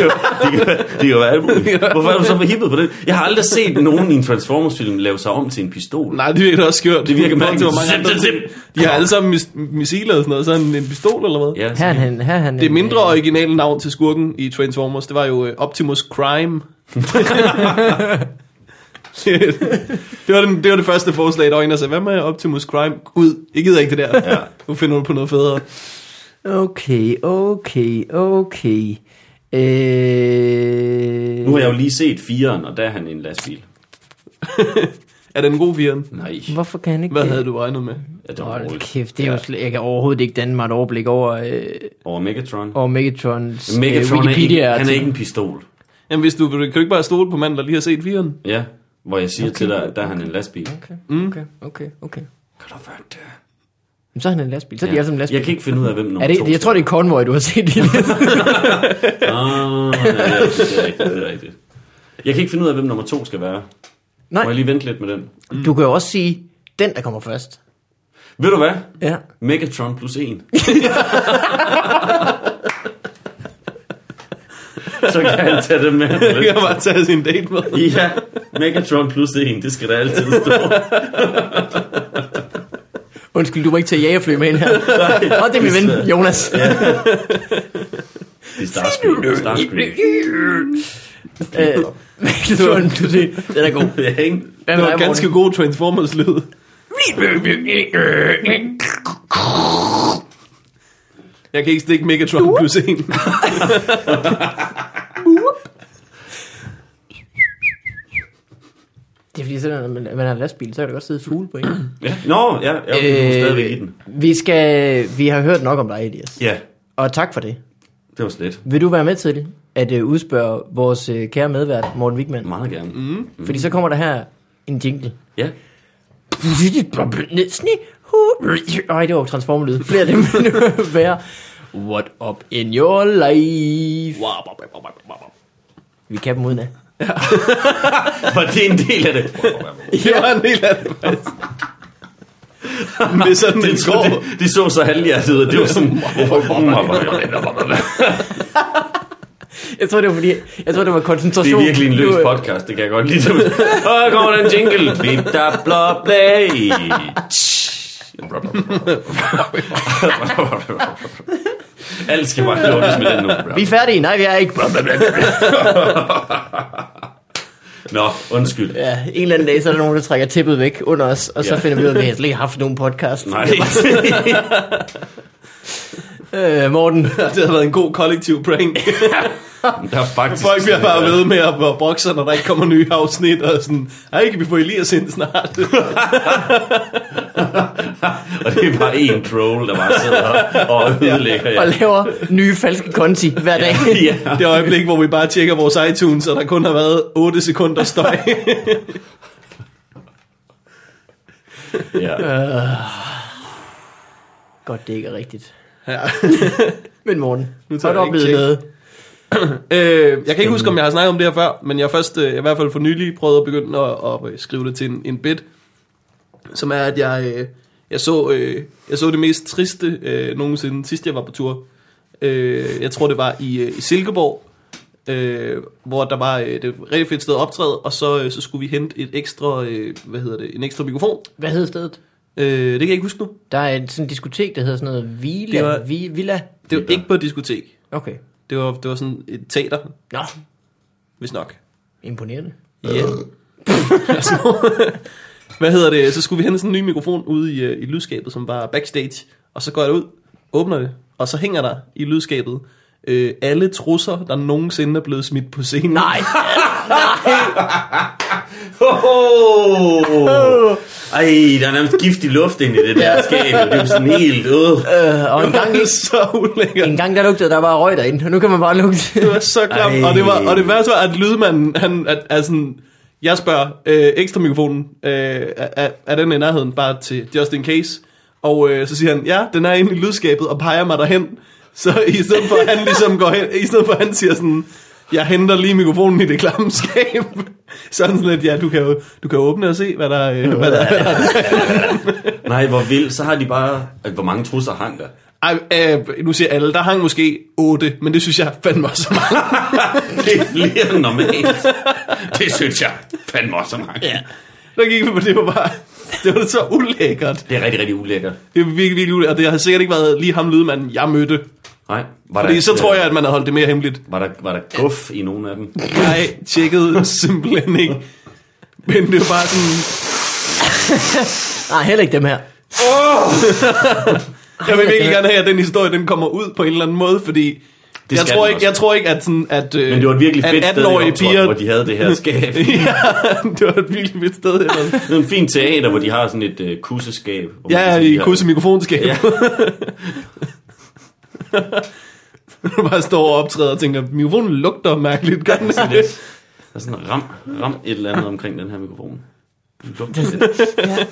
Speaker 1: kan, de kan være alt muligt. Hvorfor er du så forhippet på det? Jeg har aldrig set nogen i en Transformers-film lave sig om til en pistol.
Speaker 3: Nej, det virker også skørt.
Speaker 1: Det virker
Speaker 3: I forhold til, hvor
Speaker 1: mærkeligt.
Speaker 3: mange
Speaker 1: Zip,
Speaker 3: andre-
Speaker 1: zip,
Speaker 3: De har alle sammen mis- missiler og sådan noget. Så er han en pistol eller hvad?
Speaker 1: Ja,
Speaker 2: Her er han, her er han
Speaker 3: Det
Speaker 2: en,
Speaker 3: mindre
Speaker 2: øh,
Speaker 3: originale navn til skurken i Transformers, det var jo øh, Optimus Crime. det, var den, det var det første forslag, der var en, der sagde, hvad med Optimus Prime? Ud, jeg gider ikke det der. Ja. Nu finder du på noget federe.
Speaker 2: Okay, okay, okay. Øh...
Speaker 1: Nu har jeg jo lige set firen, og der er han i en lastbil.
Speaker 3: Er den en god viren?
Speaker 1: Nej,
Speaker 2: Hvorfor kan han ikke
Speaker 3: Hvad
Speaker 2: det?
Speaker 3: havde du regnet med?
Speaker 1: er det
Speaker 2: Hold
Speaker 1: overhovedet.
Speaker 2: kæft, det er jo slet, jeg kan overhovedet ikke danne mig et overblik over, øh,
Speaker 1: Over Megatron.
Speaker 2: over Megatrons
Speaker 1: Megatron
Speaker 2: øh,
Speaker 1: er ikke,
Speaker 2: Wikipedia.
Speaker 1: han er ikke en pistol.
Speaker 3: Jamen, hvis du, kan du ikke bare stole på manden, der lige har set viren?
Speaker 1: Ja, hvor jeg siger okay. til dig, at der er han en lastbil. Kan
Speaker 2: Okay, okay, okay, okay.
Speaker 1: du høre det?
Speaker 2: Men så er han en lastbil. Så er de alle sammen lastbil.
Speaker 1: Jeg kan ikke finde ud af, hvem nummer
Speaker 2: er
Speaker 1: to
Speaker 2: det, jeg tror, det er Convoy, du har set i det.
Speaker 1: Ah, ja, ja, det er rigtigt, det er rigtigt. Jeg kan ikke finde ud af, hvem nummer to skal være.
Speaker 2: Nej.
Speaker 1: Må jeg lige vente lidt med den?
Speaker 2: Du kan jo også sige, den der kommer først.
Speaker 1: Ved du hvad?
Speaker 2: Ja.
Speaker 1: Megatron plus en. Så kan han tage det med.
Speaker 3: Jeg kan bare tage sin date med.
Speaker 1: Ja, Megatron plus en, det skal der altid stå.
Speaker 2: Undskyld, du må ikke tage jagerfly med ind her. Og det er min ven, Jonas.
Speaker 1: Det er Starscream. Starscream.
Speaker 2: Øh, Megatron, du siger, den er god.
Speaker 1: Ja, ikke?
Speaker 2: Hvad
Speaker 3: Det
Speaker 2: med
Speaker 3: var
Speaker 2: dig,
Speaker 3: ganske god Transformers-lyd. Jeg kan ikke stikke Megatron plus en.
Speaker 2: Morten? Det er fordi, selvom man, man har en lastbil, så kan der godt sidde fugle på en.
Speaker 1: Ja. Nå, ja, ja øh, stadigvæk i den.
Speaker 2: vi, skal, vi har hørt nok om dig, Elias.
Speaker 1: Ja,
Speaker 2: Og tak for det.
Speaker 1: det var slet.
Speaker 2: Vil du være med til at uh, udspørge vores uh, kære medvært, Morten Wigman?
Speaker 1: Meget gerne. Mm.
Speaker 2: Mm. Fordi så kommer der her en jingle.
Speaker 1: Ja.
Speaker 2: Sni. Ej, det var transformerlyd. Flere af dem vil være. What up in your life? Vi kan dem udenad.
Speaker 1: Var det en del af det?
Speaker 3: Det var en del af det, faktisk. Men det er sådan, det,
Speaker 1: Det,
Speaker 3: det går.
Speaker 1: det, det, det så så halvhjertet, og det var sådan...
Speaker 2: Jeg tror, det var fordi, jeg tror, det var
Speaker 1: Det
Speaker 2: koncentration.
Speaker 1: er virkelig en løs
Speaker 2: Du, øh,
Speaker 1: podcast, det kan jeg godt lide. Og her kommer den jingle. Bip, da, bla, play. Alt skal bare lukkes med den nu.
Speaker 2: Vi er færdige. Nej, vi er ikke.
Speaker 1: Nå, undskyld.
Speaker 2: Ja, en eller anden dag, så er der nogen, der trækker tippet væk under os, og så
Speaker 1: Ja.
Speaker 2: finder vi ud af, at vi har slet ikke haft nogen podcast.
Speaker 1: Nej.
Speaker 2: Øh, Morten,
Speaker 3: Det havde været en god kollektiv prank.
Speaker 1: Der er faktisk...
Speaker 3: Folk bliver bare ved med at at brokke sig, når der ikke kommer nye afsnit, og sådan, ej, kan vi få Elias ind snart?
Speaker 1: Og det er bare en troll, der bare sidder og ødelægger
Speaker 2: og
Speaker 1: jer.
Speaker 2: laver nye falske konti hver dag.
Speaker 1: Ja.
Speaker 3: Det øjeblik, hvor vi bare tjekker vores iTunes, og der kun har været 8 sekunder støj.
Speaker 1: ja.
Speaker 2: Godt, det ikke er rigtigt.
Speaker 3: Ja.
Speaker 2: Men Morten,
Speaker 3: Nu
Speaker 2: har
Speaker 3: tager
Speaker 2: du
Speaker 3: jeg ikke
Speaker 2: oplevet
Speaker 3: tjek.
Speaker 2: noget?
Speaker 3: Øh, jeg kan ikke huske, om jeg har snakket om det her før, men jeg har først, øh, i hvert fald for nylig, prøvet at begynde at, at skrive det til en, en bit, som er, at jeg, øh, jeg, så, øh, jeg så det mest triste øh, nogensinde, sidst jeg var på tur. Øh, jeg tror, det var i, øh, i Silkeborg, øh, hvor der var øh, det var et rigtig fedt sted at optræde, og så, øh, så skulle vi hente et ekstra, øh, hvad hedder det, en ekstra mikrofon.
Speaker 2: Hvad hedder stedet?
Speaker 3: Øh, det kan jeg ikke huske nu.
Speaker 2: Der er et sådan et diskotek, der hedder sådan noget Villa.
Speaker 3: Det var-
Speaker 2: Vi, Villa?
Speaker 3: Det var ikke på et diskotek.
Speaker 2: Okay.
Speaker 3: Det var, det var sådan et teater,
Speaker 2: Nå,
Speaker 3: hvis nok.
Speaker 2: imponerende.
Speaker 3: Ja. Hvad hedder det? Så skulle vi hente sådan en ny mikrofon ude i, øh, i lydskabet, som var backstage. Og så går jeg ud, åbner det, og så hænger der i lydskabet øh, alle trusser, der nogensinde er blevet smidt på scenen.
Speaker 2: Nej,
Speaker 1: Oh. Ej, der er nærmest giftig luft ind i det der skab. Det er jo sådan helt... Øh.
Speaker 2: øh, og en gang,
Speaker 3: Det var så ulækkert.
Speaker 2: en gang der lugtede der bare røg derinde, og nu kan man bare lugte.
Speaker 3: Det var så klamt.
Speaker 1: Ej.
Speaker 3: Og det, var, og det værste var, at lydmanden, han er, er sådan... Jeg spørger øh, ekstra mikrofonen, øh, er, er- er den i nærheden bare til just in case? Og øh, så siger han, ja, den er inde i lydskabet, og peger mig derhen. Så i stedet for, at han ligesom går hen, i stedet for, at han siger sådan, jeg henter lige mikrofonen i det klamme skab. Sådan sådan lidt, ja, du kan jo, du kan jo åbne og se, hvad der, øh, hvad der, hvad der
Speaker 1: Nej, hvor vildt. Så har de bare... At, hvor mange trusser hang der?
Speaker 3: Ej, øh, nu siger alle, der hang måske otte, men det synes jeg fandme også er meget.
Speaker 1: Det er flere end normalt. Det synes jeg fandme også er mange.
Speaker 2: Ja.
Speaker 3: Der gik vi på, det var bare, det var så ulækkert.
Speaker 1: Det er rigtig, rigtig ulækkert.
Speaker 3: Det er virkelig, virkelig ulækkert, og det har sikkert ikke været lige ham lydmanden, jeg mødte.
Speaker 1: Nej. Var
Speaker 3: Fordi
Speaker 1: der,
Speaker 3: så tror jeg, at man havde holdt det mere hemmeligt.
Speaker 1: Var der, var der guf i nogen af dem?
Speaker 3: Jeg tjekkede simpelthen ikke. Men det var bare sådan...
Speaker 2: Nej, heller ikke dem her.
Speaker 3: Jeg vil
Speaker 2: Ej,
Speaker 3: virkelig
Speaker 2: det-
Speaker 3: gerne have, at den historie den kommer ud på en eller anden måde, fordi...
Speaker 1: Det
Speaker 3: jeg
Speaker 1: skal
Speaker 3: tror,
Speaker 1: den
Speaker 3: ikke,
Speaker 1: også.
Speaker 3: jeg tror ikke, at, sådan, at, øh,
Speaker 1: Men det var et virkelig fedt
Speaker 3: at
Speaker 1: sted, i
Speaker 3: 18-årige
Speaker 1: optråd,
Speaker 3: piger...
Speaker 1: hvor de havde det her skab.
Speaker 3: ja, det var et virkelig fedt sted. Eller?
Speaker 1: Det er en fin teater, hvor de har sådan et øh, kusseskab. hvor man
Speaker 3: Ja,
Speaker 1: ligesom
Speaker 3: i
Speaker 1: lige har-
Speaker 3: kusse mikrofonskab.
Speaker 1: Ja.
Speaker 3: Ja. bare står og optræder og tænker, mikrofonen lugter mærkeligt, gør den ikke det?
Speaker 1: Der er sådan ram, ram et eller andet omkring den her mikrofon. Den lugter lidt. Jeg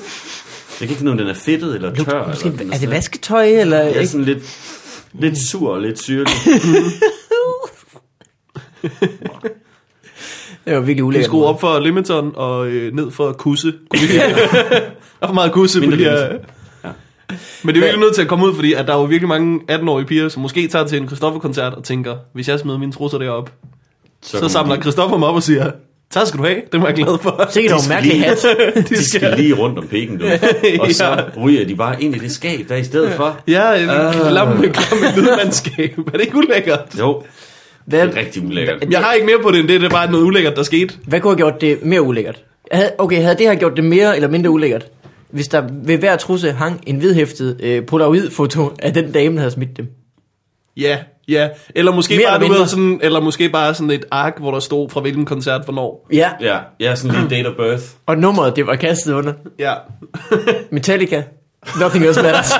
Speaker 1: kan ikke finde ud af, om den er fedtet eller tør. eller
Speaker 2: Måske,
Speaker 1: den
Speaker 2: er det
Speaker 1: sådan-
Speaker 2: vasketøj, eller...
Speaker 1: Ja,
Speaker 2: ikke?
Speaker 1: sådan lidt, lidt sur og lidt syrlig.
Speaker 2: Det var virkelig
Speaker 3: Vi
Speaker 2: ulækkert.
Speaker 3: skruer op for limiteren og øh, ned for kusse. Kunne vi- der er for meget kusse på
Speaker 1: Mindre
Speaker 3: de her...
Speaker 1: limiter. Ja.
Speaker 3: Men det er virkelig nødt til at komme ud, fordi at der er jo virkelig mange 18-årige piger, som måske tager til en Christoffer-koncert og tænker, hvis jeg smider mine trusser derop, så, så
Speaker 1: kommer
Speaker 3: samler
Speaker 1: de-
Speaker 3: Christoffer mig op og siger, tak skal du have, den var jeg glad for.
Speaker 2: Sikkert
Speaker 1: De
Speaker 2: en
Speaker 1: skal
Speaker 2: mærkelig
Speaker 1: lige-
Speaker 2: hat.
Speaker 1: De skal lige rundt om pikken, du. Og så ryger de bare ind i det skab, der er i stedet for.
Speaker 3: Ja, øh, en
Speaker 1: Ah.
Speaker 3: klamme, klamme lydmandskab. Er det ikke ulækkert?
Speaker 1: Jo,
Speaker 2: Hvad,
Speaker 1: det er rigtig ulækkert.
Speaker 3: Jeg har ikke mere på det end det, det er bare noget ulækkert, der skete.
Speaker 2: hvad kunne have gjort det mere ulækkert? Havde- Okay, havde det her gjort det mere eller mindre ulækkert? Hvis der ved hver trusse hang en hvidhæftet øh, polaroid-foto af den dame, der havde smidt dem.
Speaker 3: Ja, ja. Eller måske
Speaker 2: Mere
Speaker 3: bare,
Speaker 2: eller
Speaker 3: du ved,
Speaker 2: mindre.
Speaker 3: sådan, eller måske bare sådan et ark, hvor der stod fra hvilken koncert hvornår.
Speaker 2: Ja,
Speaker 1: Ja, ja sådan lige date of birth.
Speaker 2: og nummeret, det var kastet under.
Speaker 3: Ja.
Speaker 2: Metallica. Nothing else matters.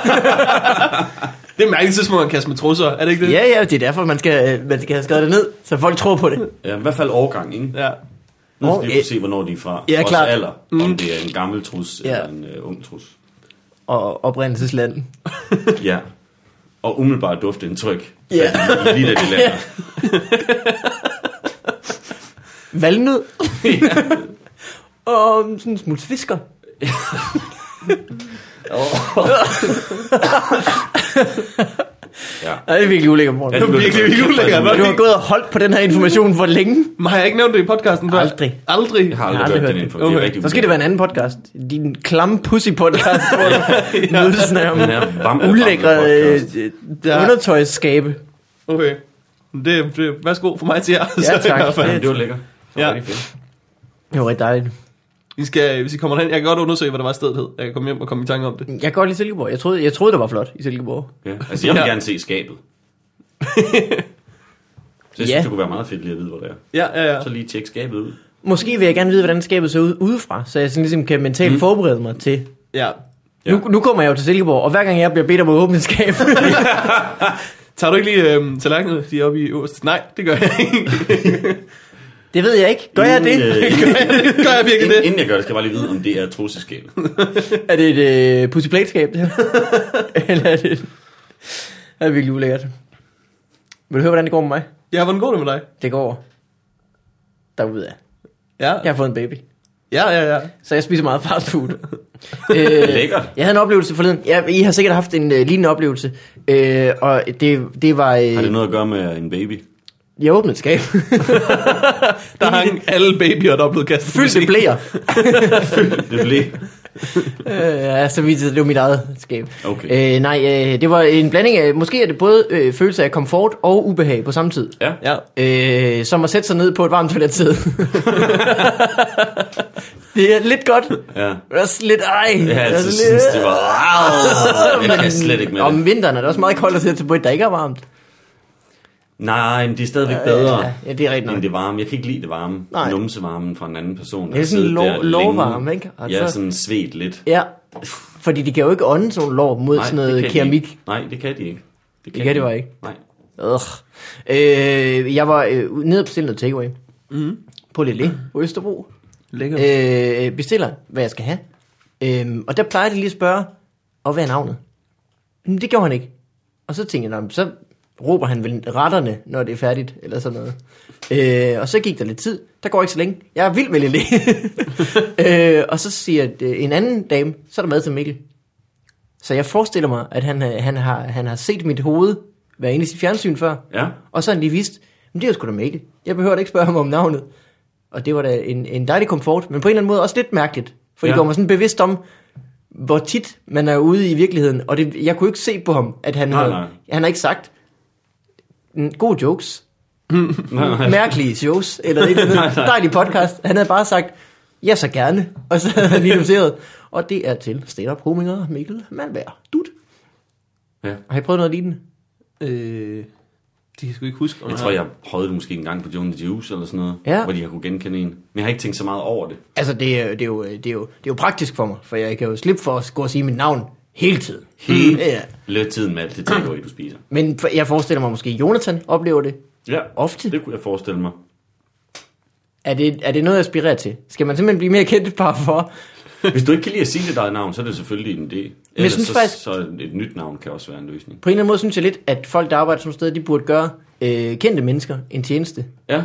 Speaker 3: Det er mærkeligt tidspunkt, man kaster med trusser, er det ikke det?
Speaker 2: ja, ja, det er derfor, man skal, øh, man skal have skrevet det ned, så folk tror på det.
Speaker 1: Ja, i hvert fald overgang, ikke?
Speaker 3: Ja.
Speaker 1: Nu
Speaker 2: Nå,
Speaker 1: skal vi
Speaker 2: øh,
Speaker 1: kunne se, hvornår de er fra.
Speaker 2: ja,
Speaker 1: Også
Speaker 2: klart. Mm.
Speaker 1: alder. Om det er en gammel trus
Speaker 2: Ja.
Speaker 1: eller en øh, ung trus.
Speaker 2: Og oprindelseslandet.
Speaker 1: Ja. Og umiddelbart dufteindtryk.
Speaker 2: Ja.
Speaker 1: Ja. Lige da de lander.
Speaker 2: Valnød. og sådan en smule fisker.
Speaker 1: Ja.
Speaker 2: Ej, det er virkelig ulækkert, Morten.
Speaker 1: Ja,
Speaker 2: Ja,
Speaker 1: blev
Speaker 3: virkelig, virkelig
Speaker 1: kæft,
Speaker 3: ulækkert,
Speaker 1: hvor er
Speaker 2: du
Speaker 1: det
Speaker 2: har gået og holdt på den her information for længe.
Speaker 3: Men har jeg ikke nævnt det i podcasten før?
Speaker 2: Aldrig.
Speaker 3: Aldrig?
Speaker 1: Jeg har
Speaker 2: Jeg har aldrig
Speaker 1: aldrig hørt
Speaker 2: hørt
Speaker 1: den
Speaker 2: det.
Speaker 1: info. Det er
Speaker 3: Okay.
Speaker 1: rigtig
Speaker 2: Så skal det være en anden podcast. Din klamme pussy podcast, hvor du mødes af
Speaker 1: Den her vampe-
Speaker 2: ulækre øh,
Speaker 1: podcast.
Speaker 2: øh,
Speaker 3: Ja.
Speaker 2: undertøjsskabe.
Speaker 3: Okay. Det, det, værsgo for mig til jer. så
Speaker 2: tak.
Speaker 3: i hvert fald.
Speaker 1: Ja, det var lækkert. Det var
Speaker 3: Ja.
Speaker 1: rigtig fedt.
Speaker 2: Det var rigtig dejligt.
Speaker 3: I skal, hvis I kommer hen, jeg kan godt undersøge, hvad der var stedet hed. Jeg kan komme hjem og komme i tanke om det.
Speaker 2: Jeg kan godt lide Silkeborg. Jeg troede, jeg troede, det var flot i Silkeborg.
Speaker 1: Ja. Altså, jeg vil
Speaker 3: Ja.
Speaker 1: gerne se skabet. Så jeg synes,
Speaker 2: Ja.
Speaker 1: det kunne være meget fedt lige at vide, hvor det er.
Speaker 3: Ja, ja, ja.
Speaker 1: Så lige tjek skabet ud.
Speaker 2: Måske vil jeg gerne vide, hvordan skabet ser ud udefra, så jeg sådan ligesom kan mentalt mm. forberede mig til.
Speaker 3: ja.
Speaker 1: Ja.
Speaker 2: Ja. Nu, nu kommer jeg jo til Silkeborg, og hver gang jeg bliver bedt om at åbne et skab,
Speaker 3: Tager du ikke lige øhm, tallerkenerne? De er oppe i øverst. Nej, det gør jeg ikke.
Speaker 2: det ved jeg ikke. Gør jeg det?
Speaker 1: Inden, øh,
Speaker 3: gør jeg virkelig
Speaker 1: inden,
Speaker 3: det?
Speaker 1: inden jeg gør det, skal jeg bare lige vide, om det er trusseskabet.
Speaker 2: Er det et øh, pussyplateskab, det her? Eller er det... Er det virkelig ulækkert? Vil du høre, hvordan det går med mig?
Speaker 3: Ja, hvordan går det med dig?
Speaker 2: Det går derudad.
Speaker 3: Ja,
Speaker 2: Jeg har fået en baby,
Speaker 3: ja, ja. ja.
Speaker 2: så jeg spiser meget fast food. øh,
Speaker 1: Lækkert.
Speaker 2: Jeg havde en oplevelse forleden. Ja, I har sikkert haft en øh, lignende oplevelse. Øh, og det, det var... Øh,
Speaker 1: Har det noget at gøre med en baby?
Speaker 2: Jeg åbnede et skab.
Speaker 3: Der hang alle babyer, der er blevet kastet.
Speaker 2: Fyldt med blæer.
Speaker 1: Det blev...
Speaker 2: Øh, ja, så vidt det var mit eget skab.
Speaker 1: Okay.
Speaker 2: Øh, nej, øh, det var en blanding af... Måske er det både øh, følelse af komfort og ubehag på samme tid.
Speaker 1: Ja.
Speaker 3: Ja.
Speaker 2: Øh, som at sætte sig ned på et varmt toiletsæde. det er lidt godt.
Speaker 1: ja. altså,
Speaker 2: Det er også lidt ej.
Speaker 1: Jeg har
Speaker 2: Det er
Speaker 1: altid
Speaker 2: også
Speaker 1: syntes, det var... Au, Jeg kan slet ikke med det.
Speaker 2: Om vinteren er det også meget koldt at sætte sig på et, der ikke er varmt.
Speaker 1: Nej, men det er stadigvæk bedre
Speaker 2: Ja, ja, det er rigtigt
Speaker 1: end
Speaker 2: nok.
Speaker 1: det varme. Jeg kan ikke lide det varme.
Speaker 2: Nej.
Speaker 1: Numsevarmen fra en anden person.
Speaker 2: Det er sådan
Speaker 1: Altså,
Speaker 2: lov-
Speaker 1: der
Speaker 2: lovvarme,
Speaker 1: længe.
Speaker 2: ikke? Altså- Og
Speaker 1: ja,
Speaker 2: så-
Speaker 1: sådan svedt lidt.
Speaker 2: Ja, fordi de kan jo ikke ånde sådan nogle lår mod sådan
Speaker 1: det
Speaker 2: noget
Speaker 1: kan de
Speaker 2: keramik.
Speaker 1: ikke. Nej, det kan de ikke. Det
Speaker 2: kan de
Speaker 1: de
Speaker 2: bare ikke.
Speaker 1: Nej.
Speaker 2: Ugh. Øh, jeg var øh, nede og bestilte noget takeaway. Mm. På Lille på Østerbro.
Speaker 3: Lækker.
Speaker 2: Øh, bestiller, hvad jeg skal have. Øhm, og der plejer de lige at spørge, og hvad er navnet? Men det gjorde han ikke. Og så tænkte jeg, "Nå, men så råber han vel retterne, når det er færdigt, eller sådan noget. Øh, og så gik der lidt tid. Der går ikke så længe. Jeg er vild med Lille. øh, og så siger øh, en anden dame, så er der mad til Mikkel. Så jeg forestiller mig, at han, øh, han, har, han har set mit hoved være inde i sit fjernsyn før.
Speaker 1: Ja.
Speaker 2: Og så har han lige vidst, men det er jo sgu da Mikkel. Jeg behøver da ikke spørge ham om navnet. Og det var da en, en dejlig komfort, men på en eller anden måde også lidt mærkeligt. For ja.
Speaker 1: Ja.
Speaker 2: det går mig sådan bevidst om, hvor tit man er ude i virkeligheden. Og det, jeg kunne ikke se på ham, at han,
Speaker 1: Nej,
Speaker 2: havde,
Speaker 1: nej.
Speaker 2: han har ikke sagt, mm, gode jokes, mærkelige shows, eller et eller andet dejlig podcast. Han havde bare sagt, ja så gerne, og så havde han lige noteret. Og det er til stand-up komiker Mikkel Malberg. Dut.
Speaker 1: Ja.
Speaker 2: Har I prøvet noget lignende?
Speaker 3: Øh, det kan jeg sgu ikke huske. Om
Speaker 1: Jeg tror, jeg prøvede det måske en gang på John the Juice eller sådan noget,
Speaker 2: Ja.
Speaker 1: hvor de har kunne genkende en. Men jeg har ikke tænkt så meget over det.
Speaker 2: Altså, det er, jo- det, er jo, det, er jo, det er jo praktisk for mig, for jeg kan jo slippe for at gå og sige mit navn hele tiden.
Speaker 1: Hele
Speaker 2: Ja.
Speaker 1: Lidt tiden med alt det takeaway, du spiser.
Speaker 2: Men for- jeg forestiller mig måske, Jonathan oplever det.
Speaker 1: Ja,
Speaker 2: Ofte.
Speaker 1: Det kunne jeg forestille mig.
Speaker 2: Er det, er det noget, jeg aspirerer til? Skal man simpelthen blive mere kendt et par for?
Speaker 1: Hvis du ikke kan lide at sige dit eget navn, så er det selvfølgelig en idé.
Speaker 2: jeg
Speaker 1: Ellers
Speaker 2: synes
Speaker 1: så,
Speaker 2: faktisk-
Speaker 1: så et nyt navn kan også være en løsning.
Speaker 2: På en eller anden måde synes jeg lidt, at folk, der arbejder som sted, de burde gøre øh, kendte mennesker en tjeneste.
Speaker 1: Ja,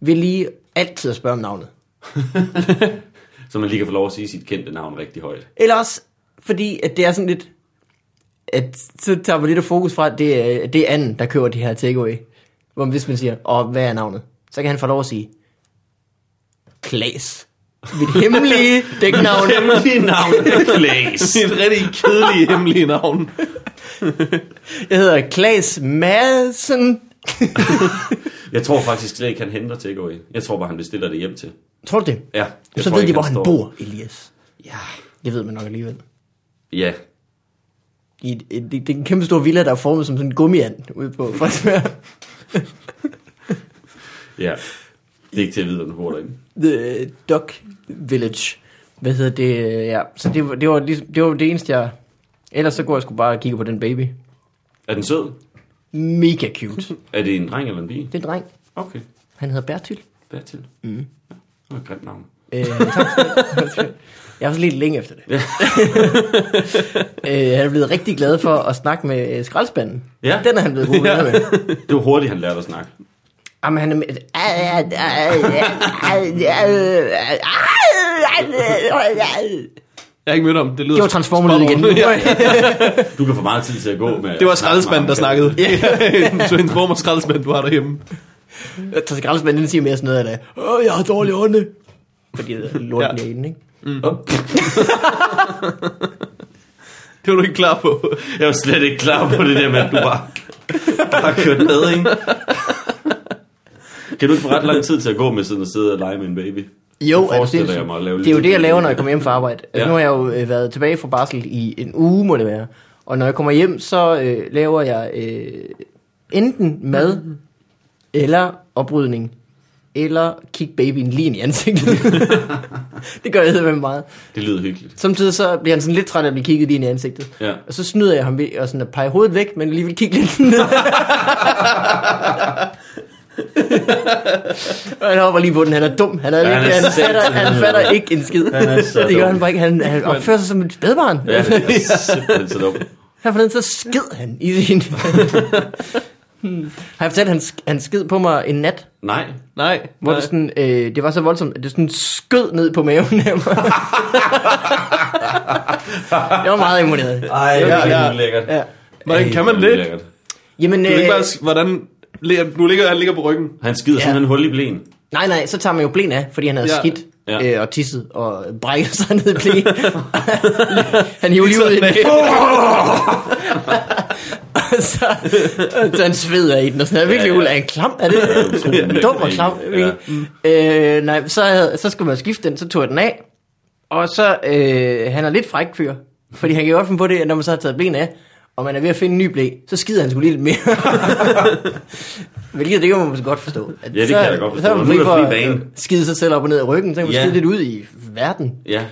Speaker 2: Ved lige altid at spørge om navnet.
Speaker 1: så man lige kan få lov at sige sit kendte navn rigtig højt.
Speaker 2: Eller også, fordi at det er sådan lidt, at så tager man lidt af fokus fra, at det er, det er anden, der køber de her takeaway. Hvor hvis man siger, og hvad er navnet? Så kan han få lov at sige, Klaas. Mit hemmelige dæknavn.
Speaker 1: Hemmelige navn er Klaas.
Speaker 3: Det er et rigtig kedeligt hemmeligt navn.
Speaker 2: Jeg hedder Klaas Madsen.
Speaker 1: Jeg tror faktisk slet ikke, han henter takeaway. Jeg tror bare, han bestiller det hjem til.
Speaker 2: Tror du det?
Speaker 1: Ja, jeg
Speaker 2: så
Speaker 1: tror
Speaker 2: ved de,
Speaker 1: ikke,
Speaker 2: hvor han,
Speaker 1: står-
Speaker 2: bor, Elias.
Speaker 1: Ja.
Speaker 2: Det ved man nok alligevel.
Speaker 1: Ja,
Speaker 2: I et, et, det, det er en kæmpe stor villa, der er formet som sådan en gummiand ude på Frederiksberg.
Speaker 1: ja. Det er ikke til at vide, hvem der bor derinde.
Speaker 2: The Duck Village. Hvad hedder det? øh, Ja, så det, var- det, var, ligesom, det var det eneste, jeg... Ellers så går jeg sgu bare og kigger på den baby.
Speaker 1: Er den sød?
Speaker 2: Mega cute.
Speaker 1: Er det en dreng eller en pige?
Speaker 2: Det er en dreng.
Speaker 1: Okay,
Speaker 2: Han hedder Bertil.
Speaker 1: hvad til? Mm. Ja, det var et grimt navn.
Speaker 2: Øh, tak skal du have. jeg var så lidt længe efter det.
Speaker 1: Ja.
Speaker 2: øh, han er blevet rigtig glad for at snakke med øh, skraldespanden.
Speaker 1: Ja.
Speaker 2: Den er han blevet god venner med.
Speaker 1: Det var hurtigt, han lærte at snakke.
Speaker 2: Jamen, han er med...
Speaker 3: Jeg har ikke mødt om. Det lyder
Speaker 2: Det var transformer igen.
Speaker 3: spot on. Ja.
Speaker 1: Du kan få meget tid til at gå med...
Speaker 3: Det var
Speaker 1: at snakke
Speaker 3: skraldespanden, der
Speaker 1: med ham.
Speaker 3: snakkede. Yeah. Transformer skraldespand, du har derhjemme.
Speaker 2: Så skraldespanden den siger mere sådan noget af, Åh, jeg har dårlig ånde. Fordi det er lort ja.
Speaker 3: Ja.
Speaker 2: inde, ikke?
Speaker 1: Åh, pff,
Speaker 3: Det var du ikke klar på.
Speaker 1: Mm. Jeg var slet ikke klar på det der med, at du bare, bare kørte med, ikke? Kan du ikke få ret lang tid til at gå med sådan at sidde og lege med en baby?
Speaker 2: Jo,
Speaker 1: Så forestiller
Speaker 2: altså,
Speaker 1: jeg mig at lave
Speaker 2: det er jo
Speaker 1: lidt
Speaker 2: det, jeg
Speaker 1: YouTube.
Speaker 2: laver, når jeg kommer hjem fra arbejde. Altså,
Speaker 1: Ja.
Speaker 2: Nu har jeg jo øh, været tilbage fra barsel i en uge, må det være. Og når jeg kommer hjem, så øh, laver jeg øh, enten mad, eller oprydning, eller kig babyen lige ind i ansigtet. det gør jeg med meget.
Speaker 1: Det lyder hyggeligt.
Speaker 2: Samtidig så bliver han sådan lidt træt af at blive kigget lige ind i ansigtet.
Speaker 1: Ja.
Speaker 2: Og så snyder jeg ham ved at, sådan at pege hovedet væk, men alligevel kigge lidt ned. og han hopper lige på den. Han er dum. Han, er
Speaker 1: Ja,
Speaker 2: ja,
Speaker 1: han
Speaker 2: ikke,
Speaker 1: er
Speaker 2: han, fatter,
Speaker 1: satan
Speaker 2: han
Speaker 1: dum.
Speaker 2: fatter ikke en skid.
Speaker 1: Han er så
Speaker 2: det gør
Speaker 1: dum.
Speaker 2: han bare ikke. Han, han opfører sig som et spædbarn.
Speaker 1: Ja, det er simpelthen så dumt.
Speaker 2: Her forleden så sked han i sin... Hmm. Har jeg fortalt, at han, sk- han sked på mig en nat,
Speaker 1: Nej.
Speaker 3: Nej.
Speaker 2: hvor
Speaker 3: nej.
Speaker 2: det, sådan, øh, det var så voldsomt, at det sådan skød ned på maven af mig. jeg var meget imponeret.
Speaker 1: Ej,
Speaker 3: ja,
Speaker 1: det
Speaker 3: ja.
Speaker 1: er ulækkert.
Speaker 2: Ja.
Speaker 3: Hvordan kan man
Speaker 1: det? er
Speaker 3: det?
Speaker 1: ulækkert.
Speaker 2: Jamen,
Speaker 3: Du kan
Speaker 2: øh,
Speaker 3: ikke bare, s- hvordan... le- Nu ligger han ligger på ryggen.
Speaker 1: Han skider
Speaker 2: Ja.
Speaker 1: simpelthen hul i blæen.
Speaker 2: nej, nej, så tager man jo blæen af, fordi han havde ja.
Speaker 3: Ja.
Speaker 2: skidt
Speaker 1: Ja.
Speaker 2: øh, og tisset og brækket sig ned i blæen. han hiver
Speaker 3: Ligesom
Speaker 2: lige ud i den. Og så, så han sveder i den og sådan. Han er virkelig
Speaker 1: Ja, ja.
Speaker 2: ulækkert. Er han klam? Er det
Speaker 1: utrolig
Speaker 2: dum og
Speaker 1: ulækkert,
Speaker 2: klam?
Speaker 1: ikke?
Speaker 2: Ja. Øh, nej, så, havde, så skulle man skifte den, så tog jeg den af. Og så, øh, han er lidt fræk fyr. Fordi han kan jo godt finde på det, at når man så har taget blæen af, og man er ved at finde en ny blæ, så skider han sgu lige lidt mere. Hvilket det kan man måske godt forstå. At
Speaker 1: Ja, det
Speaker 2: så,
Speaker 1: kan jeg godt forstå.
Speaker 2: Så er man
Speaker 1: Nu er
Speaker 2: fri
Speaker 1: der
Speaker 2: for
Speaker 1: fri
Speaker 2: at
Speaker 1: bane.
Speaker 2: skide sig selv op og ned i ryggen, så kan man
Speaker 1: Ja.
Speaker 2: skide lidt ud i verden.
Speaker 1: Ja.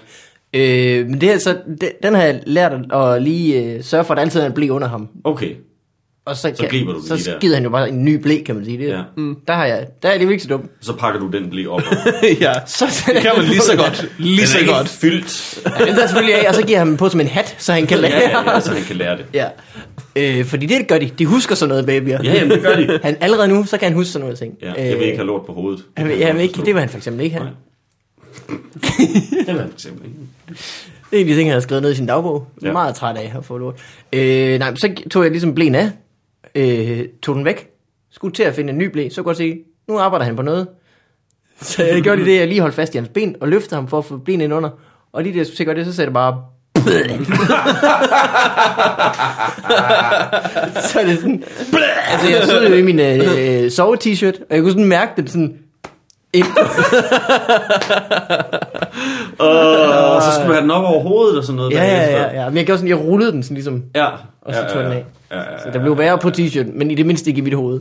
Speaker 2: Øh, men det her, så, det, den har jeg lært at- at lige øh, sørge for, at der altid er en blæ under ham.
Speaker 1: Okay.
Speaker 2: Og så,
Speaker 1: Så griber du den
Speaker 2: så
Speaker 1: lige der.
Speaker 2: skider han jo bare en ny blæ, kan man sige. Det,
Speaker 1: Ja.
Speaker 2: mm. Der har jeg, der er det virkelig dum.
Speaker 1: Så pakker du den blæ op.
Speaker 3: ja.
Speaker 2: Så
Speaker 3: Det kan man lige så godt. Lige så
Speaker 1: Den er
Speaker 3: godt.
Speaker 1: ikke fyldt.
Speaker 2: Den der selvfølgelig af, og så giver han dem på som en hat, så han kan
Speaker 1: Ja,
Speaker 2: lære.
Speaker 1: ja, ja, så han kan lære det.
Speaker 2: ja. Øh, fordi det gør de. De husker sådan noget, babyer.
Speaker 1: Ja, jamen, det gør de.
Speaker 2: Han, allerede nu, så kan han huske sådan noget ting. Øh,
Speaker 1: Ja, jeg vil ikke have lort på hovedet.
Speaker 2: han vil, han vil ikke, det vil han for eksempel ikke have.
Speaker 1: Nej. Det var for eksempel ikke.
Speaker 2: Det er en af de ting, han har skrevet ned i sin dagbog. Ja.
Speaker 1: Ja.
Speaker 2: Meget træt af at få lort. Øh, nej, men så tog jeg ligesom blæen af. Øh, tog den væk. Skulle til at finde en ny blæ. Så kunne jeg se, nu arbejder han på noget. Så jeg gjorde lige det, jeg lige holdt fast i hans ben og løftede ham for at få blæen ind under. Og lige det, jeg skulle til at gøre det, så sagde det bare... så er det sådan... Altså, jeg sidder jo i min øh, øh, sove-t-shirt, og jeg kunne sådan mærke det sådan...
Speaker 1: Øh, og så skulle vi have den op over hovedet og sådan noget.
Speaker 2: Ja, ja,
Speaker 1: bagefter.
Speaker 2: ja, ja. Men jeg gjorde sådan, jeg rullede den sådan ligesom,
Speaker 1: Ja.
Speaker 2: og så
Speaker 1: ja,
Speaker 2: tog jeg
Speaker 1: ja,
Speaker 2: den af.
Speaker 1: Ja, ja, ja.
Speaker 2: Så der blev værre på t-shirten, men i det mindste ikke i mit hoved.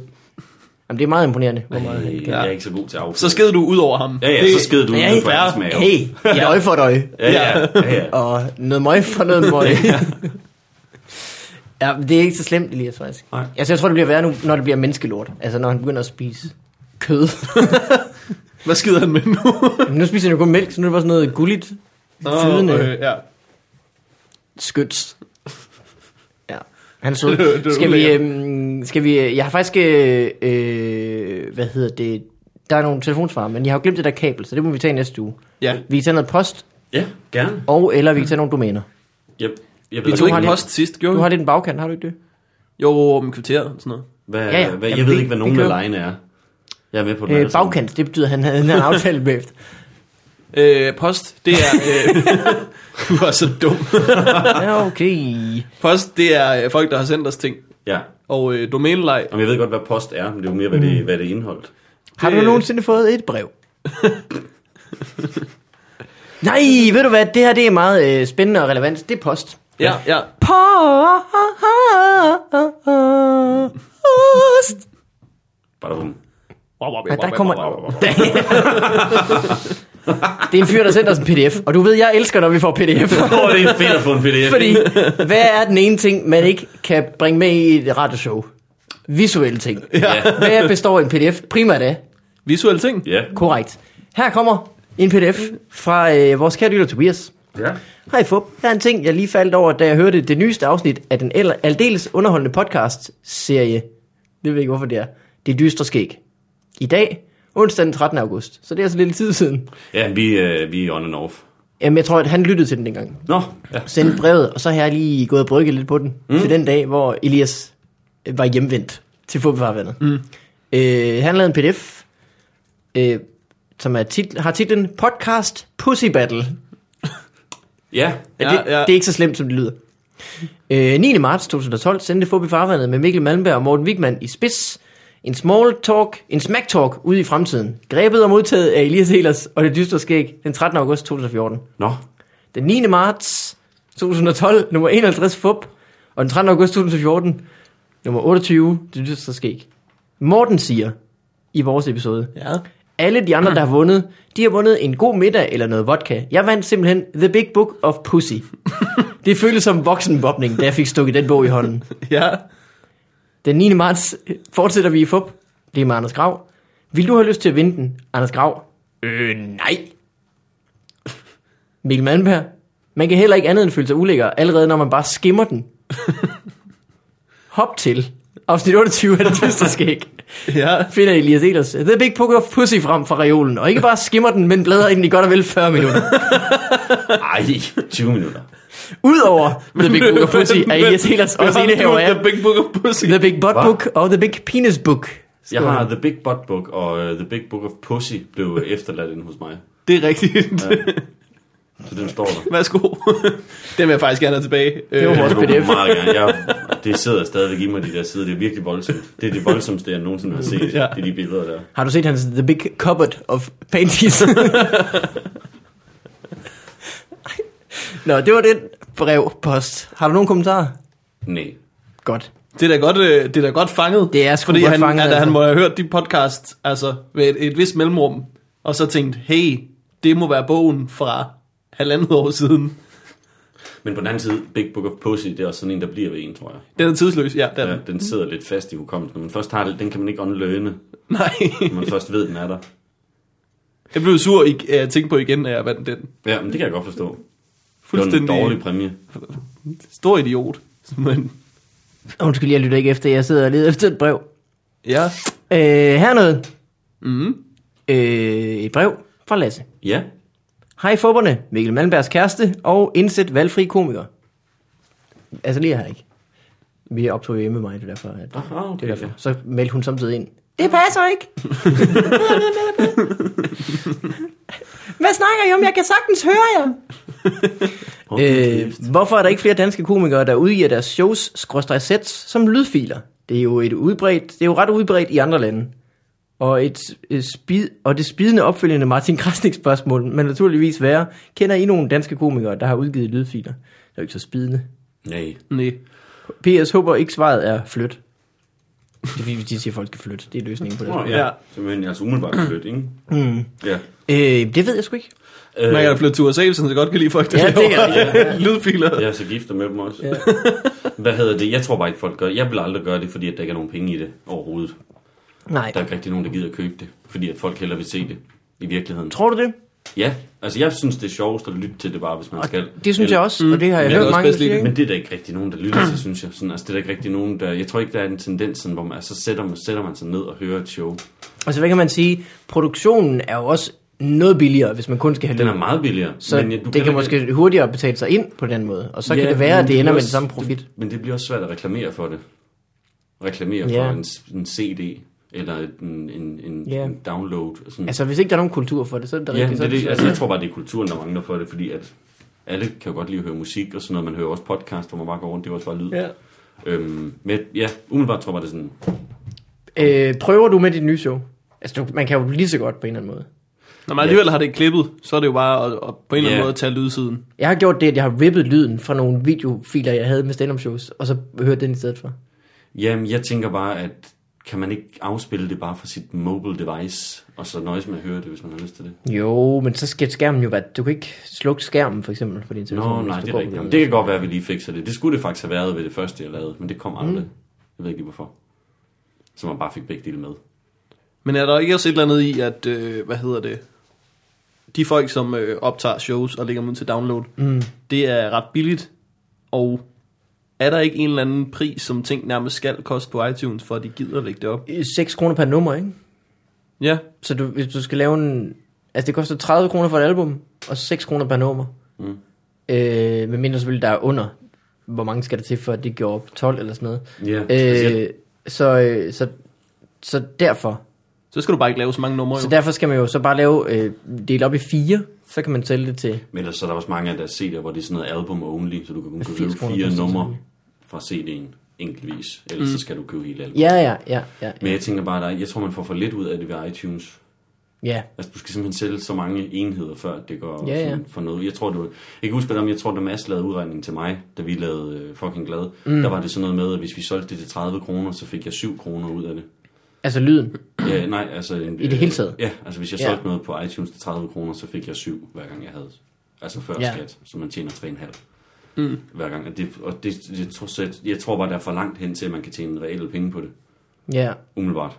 Speaker 2: Jamen, det er meget imponerende, hvor meget han
Speaker 1: Ej,
Speaker 2: kan.
Speaker 1: Jeg er ikke så god til affald.
Speaker 3: Så sked du ud over ham.
Speaker 1: Ja, ja,
Speaker 3: Det-
Speaker 1: så sked du ud
Speaker 2: Ja,
Speaker 1: på
Speaker 2: ja.
Speaker 1: hans mave.
Speaker 2: Hey, et øje for et øje.
Speaker 1: Ja, ja, ja, ja.
Speaker 2: Og noget møg for noget møg. ja, men det er ikke så slemt, Elias, faktisk.
Speaker 1: Nej.
Speaker 2: Altså, jeg tror, det bliver værre nu, når det bliver menneskelort. Altså, når han begynder at spise kød.
Speaker 3: Hvad skider han med nu?
Speaker 2: Men nu spiser han jo kun mælk, så nu er det bare sådan noget gulligt, flydende
Speaker 3: Åh,
Speaker 2: okay.
Speaker 3: øh, ja.
Speaker 2: skyts. Ja, han er
Speaker 3: Det var- det
Speaker 2: sød.
Speaker 3: var
Speaker 2: Skal vi,
Speaker 3: ulækkert.
Speaker 2: øhm, skal vi, øh, jeg har faktisk, øh, øh, hvad hedder det, der er nogle telefonsvarer, men jeg har jo glemt det der kabel, så det må vi tage i næste uge.
Speaker 3: ja.
Speaker 2: Vi kan tage noget post,
Speaker 1: Ja, gerne.
Speaker 2: og eller vi kan tage nogle domæner.
Speaker 1: Jeg, jeg
Speaker 3: Vi
Speaker 1: ved
Speaker 3: tog
Speaker 1: ikke,
Speaker 2: har
Speaker 3: ikke
Speaker 2: lidt-
Speaker 3: post sidst, gjorde
Speaker 2: Du
Speaker 3: vi?
Speaker 2: har lidt en bagkant, har du ikke det?
Speaker 3: Jo, om kvarter og sådan noget.
Speaker 1: hvad,
Speaker 2: Ja, ja.
Speaker 1: hvad, jeg
Speaker 2: Jamen,
Speaker 1: ved
Speaker 2: det-
Speaker 1: ikke, hvad
Speaker 2: det
Speaker 1: nogen af
Speaker 2: kører.
Speaker 1: lejene er. Jeg er med på den.
Speaker 2: Øh,
Speaker 1: alle sammen.
Speaker 2: bagkant, det betyder, at han havde en aftale bagefter.
Speaker 3: Øh, post, det er... Øh, du er så dum.
Speaker 2: Ja, okay.
Speaker 3: Post, det er øh, folk, der har sendt os ting.
Speaker 1: Ja.
Speaker 3: Og øh, domænelej.
Speaker 1: Jamen, jeg ved godt, hvad post er, men det er jo mere, hvad
Speaker 2: Mm.
Speaker 1: det, hvad det er indeholdt.
Speaker 2: Har du
Speaker 3: Det-
Speaker 2: nogensinde fået et brev? Nej, ved du hvad, det her det er meget øh, spændende og relevant. Det er post.
Speaker 3: Ja, ja.
Speaker 2: Post.
Speaker 1: Bare dum.
Speaker 2: Og der kommer... Det er en fyr, der sender os en pdf. Og du ved, jeg elsker, når vi får pdf.
Speaker 1: Åh, det er fedt at få en pdf.
Speaker 2: Fordi, hvad er den ene ting, man ikke kan bringe med i et radioshow? Visuelle ting.
Speaker 1: Ja.
Speaker 2: Hvad består en pdf primært af?
Speaker 3: Visuelle ting.
Speaker 1: Ja.
Speaker 2: Korrekt. Her kommer en pdf fra øh, vores kære lytter Tobias.
Speaker 1: ja.
Speaker 2: Hej Fup, her er en ting, jeg lige faldt over, da jeg hørte det nyeste afsnit af den eller- aldeles underholdende podcast-serie. Det ved jeg ikke, hvorfor det er. Det er dyst og skæg. I dag, onsdag den 13. august. Så det er altså lidt tid siden.
Speaker 1: Ja, vi, øh, vi er on and off.
Speaker 2: Jamen, jeg tror, at han lyttede til den dengang.
Speaker 1: Nå, ja.
Speaker 2: Sendte brevet, og så har jeg lige gået og brygget lidt på den. Mm. Til den dag, hvor Elias øh, var hjemvendt til fodboldfarvandet. Mm. Øh, han lavede en pdf, øh, som er tit- har titlen Podcast Pussy Battle.
Speaker 1: Ja.
Speaker 2: Ja,
Speaker 3: Ja,
Speaker 2: det,
Speaker 3: ja.
Speaker 2: ja. det er ikke så slemt, som det lyder. Øh, 9. marts 2012 sendte Fubi Farvandet med Mikkel Malmberg og Morten Wigman i spids en small talk, en smack talk ude i fremtiden. Grebet og modtaget af Elias Helers og det dystre skæg den 13. august 2014.
Speaker 1: Nå.
Speaker 2: Den 9. marts 2012, nummer 51 Fup, og den 13. august 2014, nummer 28, det dystre skæg. Morten siger i vores episode,
Speaker 3: Ja.
Speaker 2: alle de andre, der har vundet, de har vundet en god middag eller noget vodka. Jeg vandt simpelthen The Big Book of Pussy. Det føltes som voksenbobning, da jeg fik stukket den bog i hånden.
Speaker 3: Ja.
Speaker 2: Den 9. marts øh, fortsætter vi i FUP. Det er med Anders Grav. Vil du have lyst til at vinde den, Anders Grav? Øh, nej. Mikkel Malmberg. Man kan heller ikke andet end føle sig ulækker, allerede når man bare skimmer den. Hop til. Afsnit 28 af det dystre skæg
Speaker 3: Ja.
Speaker 2: finder Elias Elers The Big Book of Pussy frem fra reolen, og ikke bare skimmer den, men bladrer i den i godt og vel 40 minutter.
Speaker 1: Ej, 20 minutter.
Speaker 2: Udover The Big Book of Pussy er Elias Elers også
Speaker 3: Behold,
Speaker 2: ene
Speaker 3: du,
Speaker 2: herover af
Speaker 3: The Big Book of Pussy.
Speaker 2: The Big Butt
Speaker 1: Hva?
Speaker 2: Book og The Big Penis Book.
Speaker 1: Jeg har The Big Butt Book, og øh, The Big Book of Pussy blev øh, efterladt inde hos mig.
Speaker 3: Det er rigtigt.
Speaker 1: Så den står der.
Speaker 3: Værsgo. Den vil jeg faktisk gerne have tilbage.
Speaker 2: var
Speaker 3: Øh,
Speaker 2: vores
Speaker 1: Det
Speaker 2: PDF.
Speaker 1: må meget gerne. Jeg, det sidder stadigvæk i mig, de der sider. Det er virkelig voldsomt. Det er det voldsomste, jeg nogensinde har set.
Speaker 3: Ja.
Speaker 1: Ja. Det er de billeder der.
Speaker 2: Har du set hans The Big Cupboard of Panties? Nå, det var den brevpost. Har du nogen kommentarer?
Speaker 1: Nej.
Speaker 2: Godt.
Speaker 3: Det er da godt, øh, det er da godt fanget.
Speaker 2: Det er sgu
Speaker 3: Fordi
Speaker 2: godt
Speaker 3: han,
Speaker 2: fanget,
Speaker 3: at, altså. han
Speaker 2: altså.
Speaker 3: må have hørt de podcast altså, ved et, et vist mellemrum, og så tænkt, hey, det må være bogen fra halvandet år siden.
Speaker 1: Men på den anden side, Big Book of Pussy, det er også sådan en, der bliver ved en, tror jeg.
Speaker 3: Den er tidsløs, ja. Den.
Speaker 1: Ja, den sidder lidt fast i hukommelsen. Når man først har det, den kan man ikke unlearne,
Speaker 3: Nej.
Speaker 1: når man først ved, den er der.
Speaker 3: Jeg blev sur i, af at tænke på igen, at jeg vandt den.
Speaker 1: Ja, men det kan jeg godt forstå. Det var en
Speaker 3: Fuldstændig
Speaker 1: dårlig præmie.
Speaker 3: stor idiot. Men
Speaker 2: Undskyld, jeg lytter ikke efter. Jeg sidder og leder efter et brev.
Speaker 3: ja,
Speaker 2: Øh, her er noget.
Speaker 3: mm.
Speaker 2: Øh, et brev fra Lasse.
Speaker 1: Ja,
Speaker 2: Hej forberne, Mikkel Malmbergs kæreste og indsæt valgfri komiker. Altså lige her ikke. Vi optog hjemme med mig, det er derfor. At,
Speaker 1: Aha, okay,
Speaker 2: det er derfor.
Speaker 1: ja.
Speaker 2: Så meldte hun samtidig ind. Det passer ikke. Hvad snakker I om? Jeg kan sagtens høre jer. øh, hvorfor er der ikke flere danske komikere, der udgiver deres shows, skråstrej sets, som lydfiler? Det er jo et udbredt, det er jo ret udbredt i andre lande. Og, et, et spid, og det spidende opfølgende Martin Krasnik spørgsmål, men naturligvis være, kender I nogle danske komikere, der har udgivet lydfiler? Det er jo ikke så spidende.
Speaker 1: Nej.
Speaker 3: Nej.
Speaker 2: PS håber ikke svaret er flyt. Det er fordi, de siger, at folk skal flytte. Det er løsningen på det.
Speaker 1: Nå, ja.
Speaker 3: Ja.
Speaker 1: ja. Simpelthen jeres umiddelbare flyt, ikke? Mm. Ja.
Speaker 2: Øh, det ved jeg sgu ikke.
Speaker 1: Øh,
Speaker 3: Man kan da flytte til USA, hvis han så godt kan lide folk, der
Speaker 2: Ja, det kan
Speaker 3: laver lydfiler.
Speaker 1: Jeg er så gift med dem også. Hvad hedder det? Jeg tror bare ikke, folk gør Jeg vil aldrig gøre det, fordi at der ikke er nogen penge i det overhovedet.
Speaker 2: Nej.
Speaker 1: Der er ikke rigtig nogen, der gider at købe det, fordi at folk hellere vil se det i virkeligheden.
Speaker 2: Tror du det?
Speaker 1: Ja, altså jeg synes, det er sjovest at lytte til det bare, hvis man skal.
Speaker 2: Det synes jeg også, og det har jeg hørt
Speaker 3: Men jeg kan også
Speaker 2: mange
Speaker 3: bedst lide
Speaker 2: sige.
Speaker 3: Mm.
Speaker 2: ikke?
Speaker 3: det.
Speaker 1: Men det er der ikke rigtig nogen, der lytter til, synes jeg. Sådan, altså, det er der ikke rigtig nogen, der... Jeg tror ikke, der er en tendens, sådan, hvor man, altså, sætter, man, sætter man sig ned og hører et show.
Speaker 2: Altså, hvad kan man sige? Produktionen er jo også noget billigere, hvis man kun skal have
Speaker 1: Den
Speaker 2: lyd.
Speaker 1: er meget billigere.
Speaker 2: Så men,
Speaker 1: ja, du
Speaker 2: det kan
Speaker 1: heller
Speaker 2: måske hurtigere betale sig ind på den måde. Og så
Speaker 1: Ja,
Speaker 2: kan det være,
Speaker 1: men
Speaker 2: at det ender med
Speaker 1: bliver
Speaker 2: den
Speaker 1: også-
Speaker 2: samme profit.
Speaker 1: Men det bliver også svært at reklamere for det. Reklamere
Speaker 2: Ja.
Speaker 1: for en, en CD eller en, en, en,
Speaker 2: Ja.
Speaker 1: en download. og Sådan.
Speaker 2: Altså, hvis ikke der er nogen kultur for det, så er det da
Speaker 1: ja,
Speaker 2: rigtigt.
Speaker 1: det,
Speaker 2: så er
Speaker 1: er det, altså, jeg
Speaker 2: svært.
Speaker 1: tror bare, det er kulturen, der mangler for det, fordi at alle kan jo godt lide at høre musik og sådan noget. Man hører også podcast, hvor man bare går rundt. Det er også bare lyd.
Speaker 3: Ja.
Speaker 1: Øhm, men jeg- ja, umiddelbart tror jeg, det er sådan...
Speaker 2: øh, prøver du med dit nye show? Altså, du, man kan jo lige så godt på en eller anden måde.
Speaker 3: Når man alligevel har det klippet, så er det jo bare at, at på en eller anden
Speaker 1: Ja.
Speaker 3: måde tage lydsiden.
Speaker 2: Jeg har gjort det, at jeg har rippet lyden fra nogle videofiler, jeg havde med stand shows, og så hørt den i stedet for.
Speaker 1: Jamen, jeg tænker bare, at kan man ikke afspille det bare fra sit mobile device, og så nøjes med at høre det, hvis man har lyst til det?
Speaker 2: Jo, men så skal skærmen jo være... Du kan ikke slukke skærmen, for eksempel, på din telefon.
Speaker 1: Nå,
Speaker 2: hvis
Speaker 1: nej,
Speaker 2: du
Speaker 1: det er
Speaker 2: går
Speaker 1: rigtigt.
Speaker 2: på den.
Speaker 1: Jamen, det kan godt være, at vi lige fikser det. Det skulle det faktisk have været ved det første, jeg lavede, men det
Speaker 2: Mm.
Speaker 1: kom aldrig. Jeg ved ikke lige hvorfor. Så man bare fik begge dele med.
Speaker 3: Men er der ikke også et eller andet i, at, øh, hvad hedder det, de folk, som øh, optager shows og lægger dem ud til download, mm. det er ret billigt, og er der ikke en eller anden pris, som ting nærmest skal koste på iTunes, for at de gider at lægge det op?
Speaker 2: Øh, 6 kroner per nummer, ikke?
Speaker 3: Ja,
Speaker 2: Så du, hvis du skal lave en... Altså, det koster 30 kroner for et album, og 6 kroner per nummer. Mm. Øh, med mindre selvfølgelig, der er under. Hvor mange skal der til, for at det gjorde 12 eller sådan noget.
Speaker 1: Ja, altså,
Speaker 2: Øh, så, øh, så, så derfor.
Speaker 3: så skal du bare ikke lave så mange numre.
Speaker 2: Så
Speaker 3: Jo.
Speaker 2: derfor skal man jo så bare lave... Øh, dele op i fire, så kan man sælge det til...
Speaker 1: Men ellers så er der også mange af deres CD'er, hvor det er sådan noget album only, så du kan kun
Speaker 2: Med
Speaker 1: købe
Speaker 2: 80 kroner
Speaker 1: fire
Speaker 2: koster det
Speaker 1: numre fra CD'en enkeltvis, ellers så skal du købe hele albumet.
Speaker 2: Mm. Ja, ja, ja, ja.
Speaker 1: Men jeg tænker bare, der, er- jeg tror, man får for lidt ud af det ved iTunes.
Speaker 2: Ja,
Speaker 1: Altså, du skal simpelthen sælge så mange enheder, før det går
Speaker 2: Ja, ja.
Speaker 1: ja, ja. for noget. Jeg tror, du, jeg kan huske, om jeg tror, da Mads lavede udregningen til mig, da vi lavede øh, fucking glad, mm. der var det sådan noget med, at hvis vi solgte det til 30 kroner, så fik jeg 7 kroner ud af det.
Speaker 2: altså lyden.
Speaker 1: Ja, nej, altså... En,
Speaker 2: I det hele taget?
Speaker 1: Ja, altså hvis jeg
Speaker 2: Ja.
Speaker 1: solgte noget på iTunes til 30 kroner, så fik jeg 7, hver gang jeg havde... Altså før
Speaker 2: Ja.
Speaker 1: ja. skat, så man tjener 3,5 mm. hver gang. Og, det, og det, det, jeg, tror, så jeg, jeg tror bare, der er for langt hen til, at man kan tjene reelle penge på det.
Speaker 2: Ja.
Speaker 1: Umiddelbart.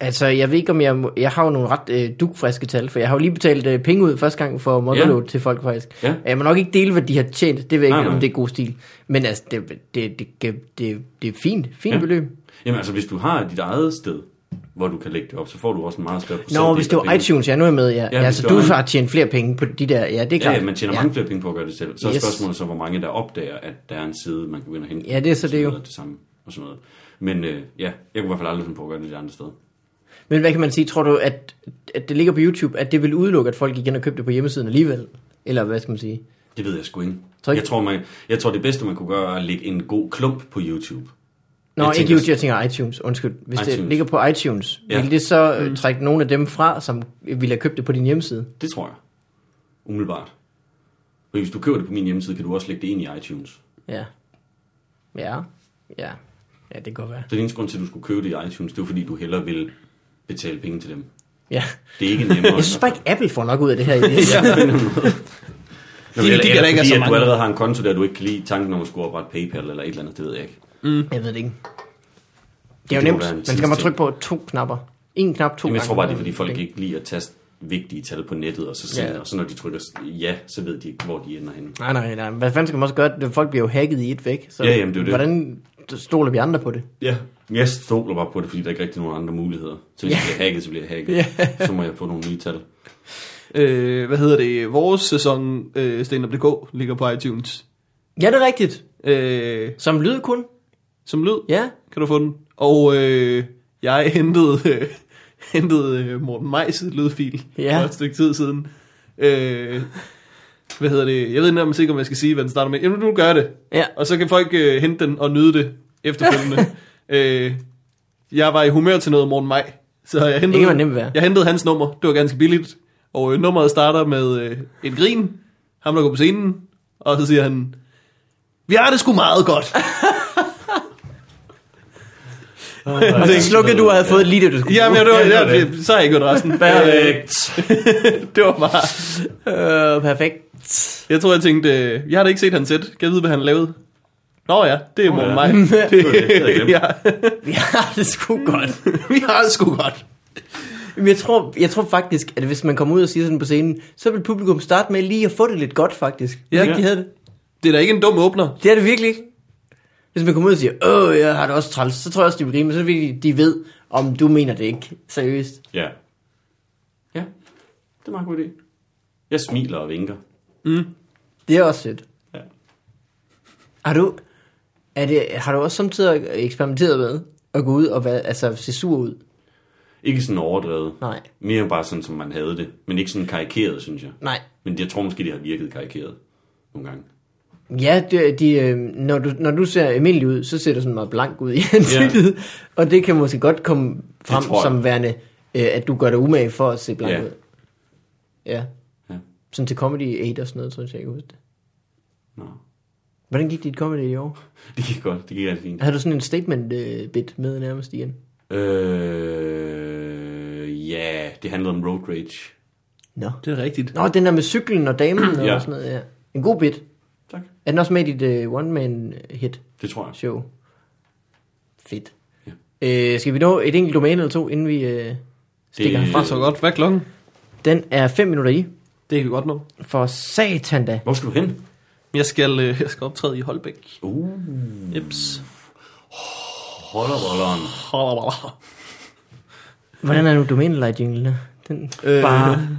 Speaker 2: Altså, jeg ved ikke, om jeg... Må, jeg har jo nogle ret øh, dukfriske tal, for jeg har jo lige betalt øh, penge ud første gang for Motherload ja. til folk, faktisk.
Speaker 1: Ja.
Speaker 2: Jeg må nok ikke dele, hvad de har tjent. Det ved jeg
Speaker 1: Nej,
Speaker 2: ikke, om
Speaker 1: nej.
Speaker 2: det er god stil. Men altså, det, det, det, det, det, det er fint. Fint ja.
Speaker 1: Ja.
Speaker 2: beløb.
Speaker 1: Jamen altså, hvis du har dit eget sted, hvor du kan lægge det op, så får du også en meget større procent.
Speaker 2: Nå, hvis det var iTunes, ja, nu er jeg med. Ja. ja,
Speaker 1: hvis
Speaker 2: altså,
Speaker 1: det
Speaker 2: du
Speaker 1: var-
Speaker 2: har tjent flere penge på de der... Ja, det er
Speaker 1: Ja,
Speaker 2: klart.
Speaker 1: ja, man tjener
Speaker 2: ja.
Speaker 1: mange flere penge på at gøre det selv. Så er
Speaker 2: Yes.
Speaker 1: yes. spørgsmålet så, hvor mange der opdager, at der er en side, man kan begynde at hente.
Speaker 2: Ja, det er så
Speaker 1: og sådan
Speaker 2: det jo.
Speaker 1: noget, Det samme og sådan noget. Men øh, ja, jeg kunne i hvert fald aldrig finde på at gøre det et andet sted.
Speaker 2: Men hvad kan man sige? Tror du, at, at det ligger på YouTube, at det vil udelukke, at folk gik ind og købte det på hjemmesiden alligevel? Eller hvad skal man sige?
Speaker 1: Det ved jeg sgu ikke.
Speaker 2: Tror ikke-
Speaker 1: Jeg tror, man, jeg tror, det bedste, man kunne gøre, er at lægge en god klump på YouTube.
Speaker 2: Nå, jeg
Speaker 1: Jeg
Speaker 2: ikke
Speaker 1: tænker-
Speaker 2: YouTube, jeg tænker iTunes. Undskyld. Hvis iTunes. det
Speaker 1: iTunes.
Speaker 2: ligger på iTunes, ja.
Speaker 1: Ja. Mm.
Speaker 2: vil det så øh, trække nogle af dem fra, som ville have købt det på din hjemmeside?
Speaker 1: Det tror jeg. Umiddelbart. Fordi hvis du køber det på min hjemmeside, kan du også lægge det ind i iTunes.
Speaker 2: Ja. Ja. Ja. Ja, det kan godt være.
Speaker 1: Så den eneste grund til, at du skulle købe det i iTunes, det var fordi, du hellere vil betale penge til dem.
Speaker 2: Ja.
Speaker 1: Det er ikke nemmere.
Speaker 2: Jeg synes bare ikke, Apple får nok ud af det her. ja.
Speaker 1: Nå, men
Speaker 3: de
Speaker 1: eller-
Speaker 3: kan
Speaker 1: eller
Speaker 3: da ikke have
Speaker 1: fordi,
Speaker 3: så
Speaker 1: at du
Speaker 3: mange.
Speaker 1: allerede har en konto, der du ikke kan lide tanken om at skulle oprette PayPal eller et eller andet, det ved jeg ikke.
Speaker 2: Jeg ved det ikke. Det er jo
Speaker 1: Det må
Speaker 2: nemt.
Speaker 1: være en
Speaker 2: Man
Speaker 1: sidste
Speaker 2: skal bare
Speaker 1: ting.
Speaker 2: trykke på to knapper. En knap, to
Speaker 1: Jamen, jeg tror bare, det er fordi
Speaker 2: gange.
Speaker 1: folk ikke lider at taste vigtige tal på nettet, og så, sende,
Speaker 2: Ja.
Speaker 1: ja. og så når de trykker s- ja, så ved de ikke, hvor de ender henne.
Speaker 2: Nej, nej, nej. Hvad fanden skal man også gøre? Det- Folk bliver jo hacket i et væk. Så
Speaker 1: Ja, jamen, det er jo det.
Speaker 2: Hvordan stoler vi andre på det?
Speaker 1: Ja, jeg stoler bare på det, fordi der er ikke rigtig nogen andre muligheder. Så hvis jeg bliver hacket, så bliver jeg hacket. Så må jeg få nogle nye tal.
Speaker 3: Øh, hvad hedder det? Vores sæson øh, Stand Up DK ligger på iTunes.
Speaker 2: Ja, det er rigtigt.
Speaker 3: Øh,
Speaker 2: Som lyd kun.
Speaker 3: som lyd
Speaker 2: Ja.
Speaker 3: kan du få den. Og øh, jeg hentede, øh, hentede øh, Morten Majs lydfil
Speaker 2: Ja.
Speaker 3: for et stykke tid siden. Øh, hvad hedder det? Jeg ved ikke, om jeg ikke, om jeg skal sige, hvad den starter med. Jamen, nu gør jeg det.
Speaker 2: Ja.
Speaker 3: Og så kan folk øh, hente den og nyde det efterfølgende. øh, jeg var i humør til noget Morten Maj, så jeg hentede,
Speaker 2: Det kan man nemt være.
Speaker 3: jeg hentede hans nummer. Det var ganske billigt. Og øh, nummeret starter med øh, en grin. Ham, der går på scenen. Og så siger han, vi har det sgu meget godt.
Speaker 2: Og så slukkede du og havde fået lige det, du skulle
Speaker 3: Jamen, det var,
Speaker 1: det var
Speaker 3: ja, det, så har jeg ikke hørt resten. Øh,
Speaker 1: Perfekt.
Speaker 3: det var bare...
Speaker 2: Øh, perfekt.
Speaker 3: Jeg tror, jeg tænkte, øh, jeg har da ikke set hans sæt. Kan jeg vide, hvad han lavede? Nå ja, det er Morten
Speaker 1: ja.
Speaker 3: Maj.
Speaker 1: det havde jeg glemt.
Speaker 3: ja,
Speaker 2: Ja, det skulle godt.
Speaker 3: vi har det sgu godt.
Speaker 2: Men jeg tror, jeg tror faktisk, at hvis man kommer ud og siger sådan på scenen, så vil publikum starte med lige at få det lidt godt, faktisk. Hvis
Speaker 3: Ja.
Speaker 2: ikke de havde det.
Speaker 3: Det er da ikke en dum åbner.
Speaker 2: Det er det virkelig ikke. Hvis man kommer ud og siger, åh, jeg har det også træls, så tror jeg også, de vil grine, men så vil de, de ved, om du mener det ikke. Seriøst.
Speaker 1: Ja. Ja, det er en meget god idé. Jeg smiler og vinker.
Speaker 2: Det er også fedt.
Speaker 1: Ja.
Speaker 2: Har du, er det, har du også samtidig eksperimenteret med at gå ud og være, altså, se sur ud?
Speaker 1: Ikke sådan overdrevet.
Speaker 2: Nej.
Speaker 1: Mere bare sådan, som man havde det. Men ikke sådan karikeret, synes jeg.
Speaker 2: Nej.
Speaker 1: Men jeg tror måske, det har virket karikeret nogle gange.
Speaker 2: Ja, det, de, øh, når, du, når du ser almindelig ud, så ser du sådan meget blank ud i ansigtet. Yeah. Og det kan måske godt komme
Speaker 1: tror
Speaker 2: frem
Speaker 1: jeg.
Speaker 2: som værende, øh, at du gør dig umage for at se blank
Speaker 1: Ja.
Speaker 2: ud. Ja.
Speaker 1: Ja.
Speaker 2: Sådan til Comedy 8 og sådan noget, tror jeg, jeg kan huske det.
Speaker 1: Nå.
Speaker 2: Hvordan gik dit comedy i år?
Speaker 1: Det gik godt. Det gik rigtig fint.
Speaker 2: Havde du sådan en statement-bit med nærmest igen?
Speaker 1: Øh, ja, det handlede om road rage.
Speaker 2: Nå.
Speaker 3: Det er rigtigt.
Speaker 2: Nå, den der med cyklen og damen og
Speaker 1: Ja.
Speaker 2: sådan noget, ja. En god bit.
Speaker 1: Tak.
Speaker 2: Er den også med i dit uh, one-man-hit-show?
Speaker 1: Det tror jeg.
Speaker 2: Fedt. Ja. Øh, skal vi nå et enkelt domæne eller to, inden vi øh, stikker
Speaker 1: Det-
Speaker 2: det...
Speaker 3: Det er så godt. Hvad er klokken?
Speaker 2: Den er 5 minutter i.
Speaker 3: Det kan vi godt nå.
Speaker 2: For satan da.
Speaker 1: Hvor skal du hen?
Speaker 3: Jeg skal, øh, jeg skal optræde i Holbæk.
Speaker 1: Uh,
Speaker 3: Jeps.
Speaker 1: holdervolderen.
Speaker 2: Hvordan er nu domænelej jinglen Den...
Speaker 3: Øh,
Speaker 1: Ba,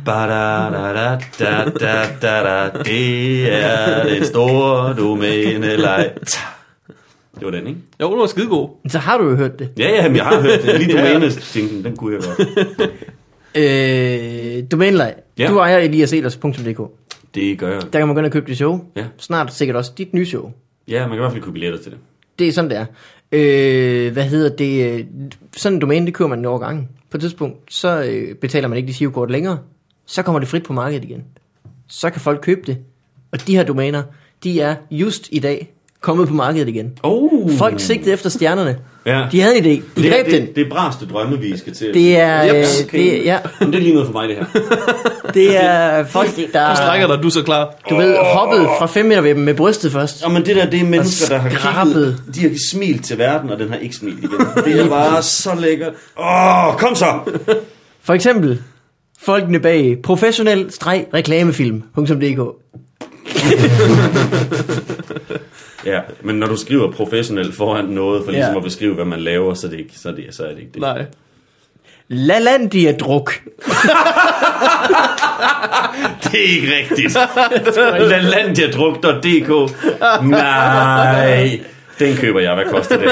Speaker 1: ba, da, da, da, da, da, da, da. Det er den store domæne. Det var den, ikke?
Speaker 3: jo, den var skidegod.
Speaker 2: Så har du jo hørt det.
Speaker 1: Ja, ja, men jeg har hørt den. Lige domæne, den, den kunne jeg godt.
Speaker 2: Øh, domænelej.
Speaker 1: Ja.
Speaker 2: Ja. Du ejer eliaselers.dk.
Speaker 1: Det gør jeg.
Speaker 2: Der kan man gå ind og købe dit show.
Speaker 1: Ja.
Speaker 2: Snart sikkert også dit nye show.
Speaker 1: Ja, man kan i hvert fald købe billetter til det.
Speaker 2: Det er sådan, det er. Øh, hvad hedder det? øh, Sådan en domæne, det køber man en overgang. På et tidspunkt, så øh, betaler man ikke dit kort længere. Så kommer det frit på markedet igen. Så kan folk købe det. Og de her domæner, de er just i dag kommet på markedet igen.
Speaker 1: Oh.
Speaker 2: Uh. Folk sigtede efter stjernerne.
Speaker 1: Ja.
Speaker 2: De havde en idé. De
Speaker 1: det,
Speaker 2: greb
Speaker 1: det,
Speaker 2: den.
Speaker 1: det, det er braste drømme, vi skal til.
Speaker 2: Det er,
Speaker 1: Yep.
Speaker 2: øh, det, ja,
Speaker 1: Men det er lige noget for mig, det her.
Speaker 2: det er folk,
Speaker 3: Du strækker
Speaker 2: der
Speaker 3: dig, du er så klar.
Speaker 2: du ved, hoppede fra 5 meter ved dem med brystet først.
Speaker 1: Jamen det der, det er mennesker, der har
Speaker 2: skrabet.
Speaker 1: kigget, de har smilt til verden, og den har ikke smilt igen. Det er bare så lækkert. Åh, oh, kom så!
Speaker 2: For eksempel, folkene bag professionel-reklamefilm.dk.
Speaker 1: Ja, men når du skriver professionelt foran noget, for ligesom
Speaker 2: Ja.
Speaker 1: at beskrive, hvad man laver, så er det ikke, så er det, så er det, ikke det.
Speaker 3: Nej.
Speaker 2: Lalandia-druk.
Speaker 1: Det er ikke rigtigt. Lalandia-druk.dk Nej, den køber jeg. Hvad koster det?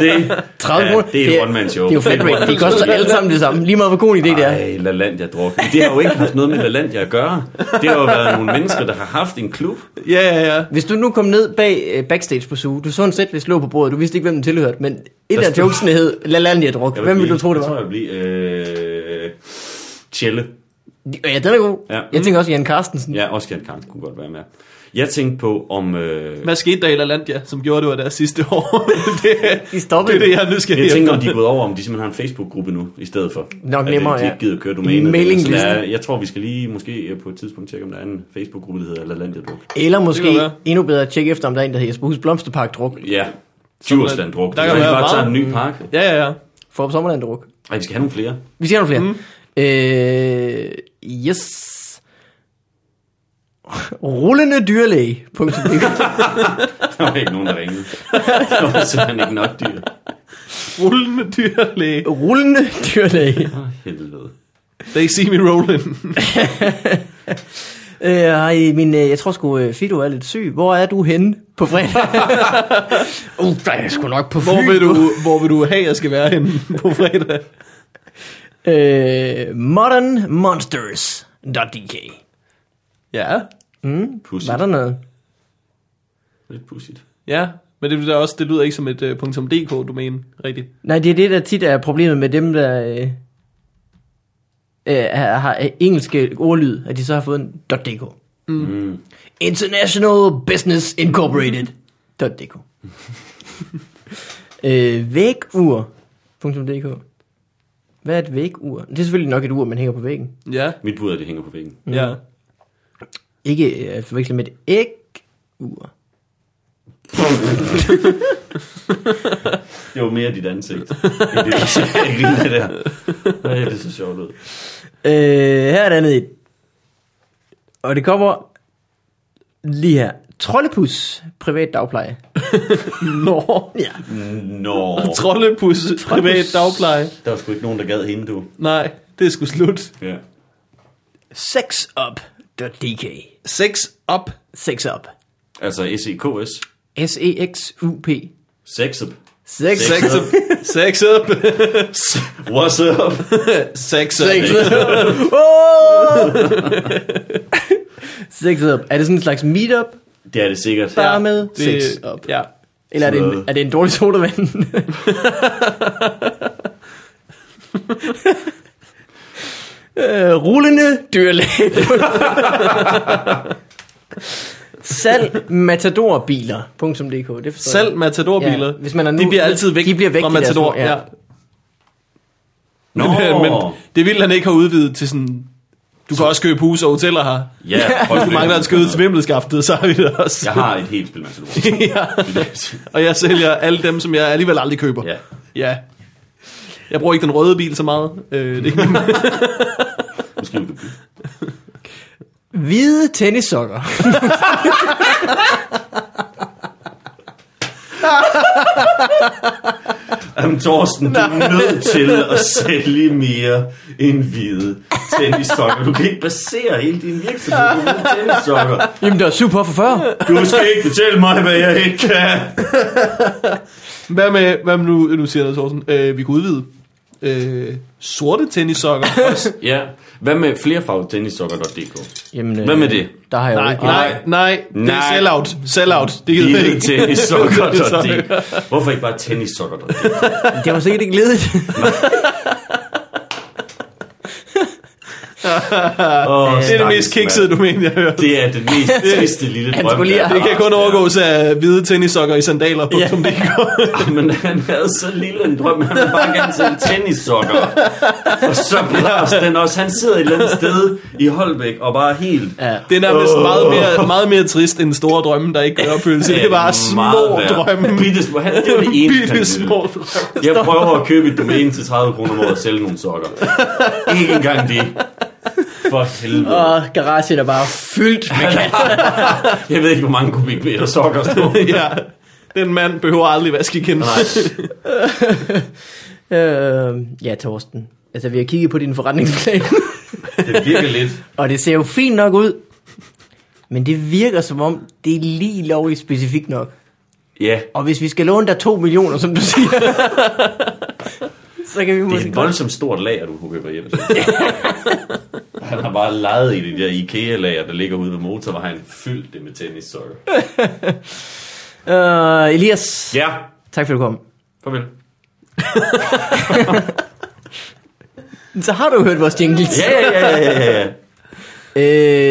Speaker 1: det
Speaker 2: 30 kroner.
Speaker 1: Ja, det er et one-man-show.
Speaker 2: Det er jo flat rate. Det koster alle sammen det samme. Lige meget hvor god en idé det er.
Speaker 1: Ej, Lalandia-druk. Det har jo ikke haft noget med Lalandia at gøre. Det har jo været nogle mennesker, der har haft en klub.
Speaker 3: Ja, ja, ja.
Speaker 2: Hvis du nu kom ned bag øh, backstage på suge, du så en sæt, vi slå på bordet, du vidste ikke, hvem den tilhørte, men et af
Speaker 1: stod-
Speaker 2: jokesene hed Lalandia-druk.
Speaker 1: Jeg
Speaker 2: Hvem ville
Speaker 1: blive-
Speaker 2: du tro, det var?
Speaker 1: Jeg tror, jeg vil blive... Øh, Tjelle.
Speaker 2: Ja, den er god.
Speaker 1: Ja.
Speaker 2: Jeg tænker også Jan Carstensen.
Speaker 1: Ja, også Jan Karns kunne godt være med. Jeg tænkte på, om... Øh,
Speaker 3: Hvad skete der i Lalandia, som gjorde det var deres sidste år? det,
Speaker 2: De stoppede.
Speaker 3: det er det, jeg nu skal
Speaker 1: jeg tænker, om de er gået over, om de simpelthen har en Facebook-gruppe nu, i stedet for.
Speaker 2: Nok nemmere,
Speaker 1: at, øh, de
Speaker 2: ja.
Speaker 1: ikke gider at køre
Speaker 2: I
Speaker 1: domænet.
Speaker 2: mailinglisten.
Speaker 1: Så der er- Jeg tror, vi skal lige måske øh, på et tidspunkt tjekke, om der er en Facebook-gruppe, der hedder Lalandia-druk.
Speaker 2: Eller
Speaker 3: Det kan
Speaker 2: måske
Speaker 3: være.
Speaker 2: endnu bedre at tjekke efter, om der er en, der hedder Jesperhus Blomsterpark-druk.
Speaker 1: Ja, Djursland-druk.
Speaker 3: Der
Speaker 1: Der
Speaker 3: kan
Speaker 1: kan
Speaker 3: være
Speaker 1: bare
Speaker 3: meget.
Speaker 1: tage en ny park.
Speaker 3: Ja, ja, ja.
Speaker 2: Forup Sommerland-druk.
Speaker 1: Ej, vi skal have nogle flere.
Speaker 2: Vi ser nogle flere. Mm. Øh, yes. Rullende dyrlæge.
Speaker 1: Der var ikke nogen, der ringede. Det var simpelthen ikke nok dyr.
Speaker 3: Rullende dyrlæge.
Speaker 2: Oh. Rullende dyrlæge.
Speaker 1: Åh, helvede.
Speaker 3: They see me rolling.
Speaker 2: Øh, ej, min, øh, jeg tror sgu, øh, Fido er lidt syg. Hvor er du henne på fredag? uh, der er jeg sgu nok på fly.
Speaker 3: Hvor vil du, hvor vil du have, jeg skal være henne på fredag?
Speaker 2: Øh, modernmonsters.dk
Speaker 3: Ja,
Speaker 2: Mm,
Speaker 1: Pudsigt.
Speaker 2: var der noget?
Speaker 1: Lidt pudsigt.
Speaker 3: ja. Men det, er også, det lyder ikke som et uh, .dk-domæne, rigtigt.
Speaker 2: Nej, det er det, der tit er problemet med dem, der øh, øh, har, har engelske ordlyd, at de så har fået en .dk.
Speaker 1: Mm. Mm.
Speaker 2: International Business Incorporated. .dk. øh, vægur.dk. Hvad er et vægur? Det er selvfølgelig nok et ur, man hænger på væggen.
Speaker 3: Ja,
Speaker 1: Mit bud er, at det hænger på væggen.
Speaker 3: mm. ja.
Speaker 2: Ikke øh, at forveksle med et æg-ur.
Speaker 1: Det var mere dit ansigt. end det, du sagde, end det der. Nej, det så sjovt ud.
Speaker 2: Øh, her er et andet et. Og det kommer lige her. Trollepus, privat dagpleje.
Speaker 3: Nå,
Speaker 2: Ja.
Speaker 1: Nå.
Speaker 3: trollepus, privat dagpleje.
Speaker 1: Der var sgu ikke nogen, der gad hende, du.
Speaker 3: Nej, det er sgu slut.
Speaker 1: Ja.
Speaker 2: Sexup.dk
Speaker 3: Sex op.
Speaker 2: Sexup.
Speaker 1: Altså S-E-K-S.
Speaker 3: E
Speaker 2: S-E-X-U-P.
Speaker 1: Sexup.
Speaker 2: Sex.
Speaker 3: Sex up. Sex up.
Speaker 1: What's up?
Speaker 3: Sex up.
Speaker 2: Sexup. Oh! Sexup. Er det sådan en slags meetup,
Speaker 1: Det er det sikkert.
Speaker 2: der er med?
Speaker 3: Det-
Speaker 2: Sexup.
Speaker 3: Ja.
Speaker 2: Eller er det, en, er det en dårlig sodavand? øh, rullende dyrlæge. Salg matadorbiler.dk det forstår
Speaker 3: Selv
Speaker 2: jeg.
Speaker 3: matadorbiler.
Speaker 2: Ja, hvis man er nu-
Speaker 3: de bliver altid væk,
Speaker 2: de bliver væk,
Speaker 3: fra
Speaker 2: de der
Speaker 3: matador.
Speaker 2: små, ja.
Speaker 3: ja.
Speaker 1: Nå.
Speaker 3: Men, men det er vildt, han ikke har udvidet til sådan... Du kan også købe huse og hoteller her.
Speaker 1: Ja, hold
Speaker 3: Du mangler en skøde til vimmelskaftet, så har vi det også.
Speaker 1: Jeg har et helt spil, man skal bruge.
Speaker 3: ja. Og jeg sælger alle dem, som jeg alligevel aldrig køber.
Speaker 1: Ja.
Speaker 3: ja. Jeg bruger ikke den røde bil så meget. Øh, det er ikke min-
Speaker 1: Måske vi kan blive.
Speaker 2: Hvide tennissokker.
Speaker 1: Jamen Thorsten, du er nødt til at sælge mere end hvide tennissokker. Du kan ikke basere hele din virksomhed på hvide tennissokker.
Speaker 2: Jamen, det var super for 40.
Speaker 1: Du skal ikke fortælle mig, hvad jeg ikke kan.
Speaker 3: hvad med, hvad med nu, nu siger jeg noget, Thorsten? Øh, vi kunne udvide. Øh, sorte tennissokker også.
Speaker 1: Ja. Hvad med flerfarvetennissokker.dk?
Speaker 2: Jamen, øh,
Speaker 1: Hvad med det?
Speaker 2: Der har jeg jo
Speaker 3: nej,
Speaker 2: ikke.
Speaker 3: nej, nej, Det er
Speaker 1: Nej.
Speaker 3: sell-out. Sell-out. Det gider jeg
Speaker 1: Hvide
Speaker 3: ikke.
Speaker 1: tennissokker.dk. Hvorfor ikke bare tennissokker.dk?
Speaker 2: Det var sikkert ikke ledigt.
Speaker 1: Oh,
Speaker 3: Det er det mest kiksede domæne, jeg har hørt.
Speaker 1: Det er den mest triste lille
Speaker 2: Han
Speaker 1: drøm.
Speaker 2: skulle lige
Speaker 1: der er
Speaker 3: Det kan
Speaker 1: bevaret,
Speaker 3: kun
Speaker 1: ja.
Speaker 3: overgås af hvide tennissokker i sandaler.
Speaker 2: Ja.
Speaker 3: Ja.
Speaker 1: Men han havde så lille en drøm, han ville bare gerne sælge tennissokker. Og så blæres den også. Han sidder et eller andet sted i Holbæk og bare helt...
Speaker 2: Ja.
Speaker 3: Det er nærmest
Speaker 1: Åh.
Speaker 3: meget, mere, meget mere trist end store drømme, der ikke gør opfyldelse. Det er bare små drømme.
Speaker 1: Bitte små. Han, det var det eneste, han
Speaker 3: Bitte små
Speaker 1: ville.
Speaker 3: drømme.
Speaker 1: Jeg prøver at købe et domæne til 30 kroner om året og sælge nogle sokker. Ikke engang det. For helvede.
Speaker 2: Og garagen er bare fyldt med
Speaker 1: Jeg ved ikke, hvor mange kubikmeter sokker stod.
Speaker 3: Ja. Den mand behøver aldrig vaske igen.
Speaker 1: Nej.
Speaker 2: Øh, ja, Torsten. Altså, vi har kigget på din forretningsplan,
Speaker 1: Det virker lidt.
Speaker 2: og det ser jo fint nok ud. Men det virker som om, det er lige lovligt specifikt nok.
Speaker 1: Ja,
Speaker 2: Og hvis vi skal låne dig to millioner, som du siger, så kan vi
Speaker 1: Det
Speaker 2: måske
Speaker 1: er et
Speaker 2: godt...
Speaker 1: voldsomt stort lager, du kunne købe hjem til. Han har bare lejet i det der IKEA-lager, der ligger ude ved motorvejen, fyldt det med tennissokker.
Speaker 2: Øh, Elias,
Speaker 1: Ja,
Speaker 2: tak for at du kom.
Speaker 1: farvel.
Speaker 2: Så har du hørt vores jingles.
Speaker 1: Ja, ja, ja, ja, ja, ja.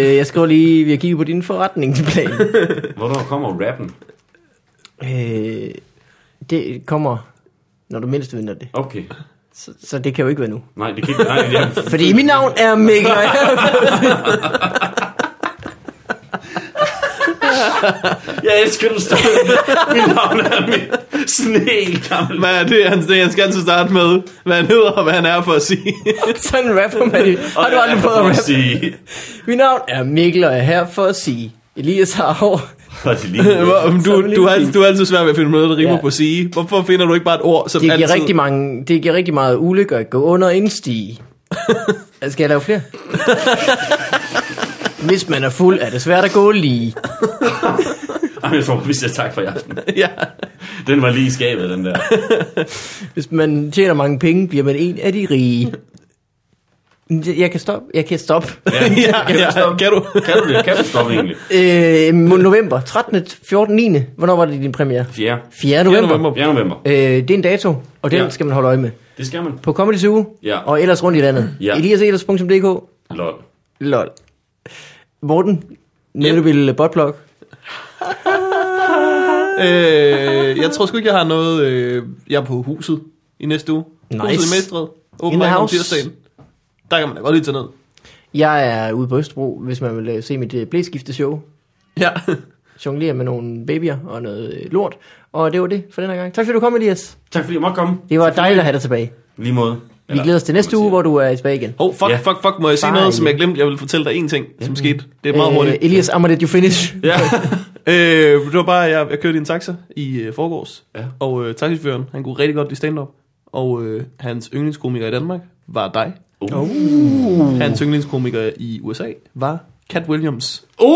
Speaker 2: Øh, jeg skriver lige, vi har kigget på din forretningsplan.
Speaker 1: Hvornår kommer rappen?
Speaker 2: øh, det kommer, når du mindst venter det.
Speaker 1: Okay.
Speaker 2: Så, så det kan jo ikke være nu.
Speaker 1: Nej, det kan ikke. Nej, det er,
Speaker 2: Fordi mit navn er Mikkel.
Speaker 1: jeg elsker, du står Mit navn er med sådan helt gammel.
Speaker 3: Hvad er det, han, det, han skal altid starte med? Hvad han hedder og hvad han er for at sige.
Speaker 2: Sådan rapper man jo. Har du aldrig prøvet at rappe?
Speaker 1: sige?
Speaker 2: Mit navn er Mikkel, og jeg er her for at sige, Elias har hår.
Speaker 1: Hvor er det lige? nu?
Speaker 3: Hvor- Du, du, har, altid- du har altid svært ved at finde noget, der rimer
Speaker 2: Ja.
Speaker 3: på sige. Hvorfor finder du ikke bare et ord, som
Speaker 2: Det giver,
Speaker 3: altid...
Speaker 2: rigtig mange, det giver rigtig meget ulykker at gå under og indstige. Skal jeg lave flere? Hvis man er fuld, er det svært at gå lige.
Speaker 1: Ej, jeg tror, vi siger tak for i aften.
Speaker 3: Ja.
Speaker 1: Den var lige i skabet, den der.
Speaker 2: Hvis man tjener mange penge, bliver man en af de rige. Jeg kan stoppe. Jeg kan stoppe.
Speaker 3: ja, ja, kan du?
Speaker 1: Kan du det? Kan du stoppe egentlig?
Speaker 2: øh, mo- november 13. 14. 9. Hvornår var det din premiere?
Speaker 1: 4.
Speaker 2: 4.
Speaker 3: 4.
Speaker 2: november.
Speaker 3: november.
Speaker 1: 4. november.
Speaker 2: Øh, det er en dato, og den
Speaker 1: Ja.
Speaker 2: ja. skal man holde øje med.
Speaker 1: Det skal man.
Speaker 2: På Comedy Zoo,
Speaker 1: Ja.
Speaker 2: og ellers rundt i landet. E
Speaker 1: Ja.
Speaker 2: Eliaselers.dk.
Speaker 1: Lol.
Speaker 2: Lol. Morten, nede vil botblog.
Speaker 3: Øh, jeg tror sgu ikke, jeg har noget... Øh, jeg er på huset i næste uge.
Speaker 2: Nice.
Speaker 3: Huset i Mestred. Åben
Speaker 2: In the
Speaker 3: mic om
Speaker 2: house.
Speaker 3: tirsdagen. Der kan man da godt lige tage ned.
Speaker 2: Jeg er ude på Østerbro, hvis man vil øh, se mit øh, blæskifteshow.
Speaker 3: Ja.
Speaker 2: Jonglere med nogle babyer og noget øh, lort. Og det var det for den her gang. Tak fordi du kom, Elias.
Speaker 1: Tak fordi jeg måtte komme.
Speaker 2: Det var dejligt at have dig tilbage.
Speaker 1: Lige måde.
Speaker 2: Vi glæder os til næste uge, hvor du er tilbage igen.
Speaker 3: Hov, fuck,
Speaker 1: Ja.
Speaker 3: fuck, fuck. Må jeg sige
Speaker 2: Far,
Speaker 3: noget, som
Speaker 2: ja.
Speaker 3: jeg glemte? Jeg vil fortælle dig en ting, som skete. Det er
Speaker 2: øh,
Speaker 3: meget hurtigt.
Speaker 2: Elias, I'm gonna let you finish.
Speaker 1: Ja.
Speaker 3: Øh, det var bare, at jeg, jeg kørte i en taxa i øh, forgårs,
Speaker 1: Ja.
Speaker 3: og øh, taxichaufføren, han kunne rigtig godt lide stand-up, og øh, hans yndlingskomiker i Danmark var dig.
Speaker 1: Uh.
Speaker 3: Hans yndlingskomiker i USA var Cat Williams.
Speaker 1: Ui,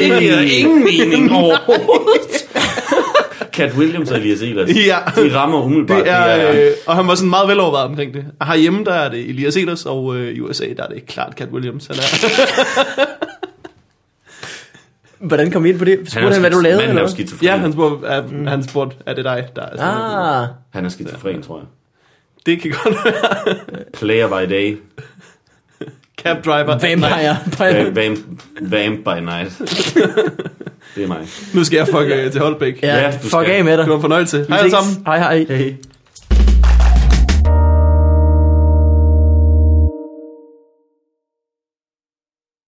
Speaker 1: det giver ingen mening overhovedet. Cat Williams og Elias Ehlers.
Speaker 3: Ja.
Speaker 1: De rammer umiddelbart.
Speaker 3: Det er,
Speaker 1: de
Speaker 3: øh, og han var sådan meget velovervejet omkring det. Og herhjemme, der er det Elias Ehlers, og øh, i USA, der er det klart Cat Williams. Han er.
Speaker 2: Hvordan kom vi ind på det?
Speaker 1: er
Speaker 2: Spurgte han, hvad du
Speaker 1: skiz-
Speaker 2: lavede?
Speaker 1: Manden
Speaker 2: Eller
Speaker 1: er jo
Speaker 2: hvad?
Speaker 1: skizofren.
Speaker 3: ja, han spurgte, er, han spurgte, er det dig, der er stand-up?
Speaker 2: Ah,
Speaker 1: Han er skizofren, tror jeg.
Speaker 3: Det kan godt være.
Speaker 1: Player by day,
Speaker 3: Cab driver.
Speaker 2: vampire.
Speaker 1: vamp, vamp, vamp by night. Det er mig.
Speaker 3: Nu skal jeg fuck øh, til Holbæk.
Speaker 2: Ja,
Speaker 1: Ja, du
Speaker 2: fuck
Speaker 1: skal.
Speaker 2: af med dig.
Speaker 3: Det var en fornøjelse. Hej alle sammen.
Speaker 2: Hej, hej.
Speaker 1: Hey.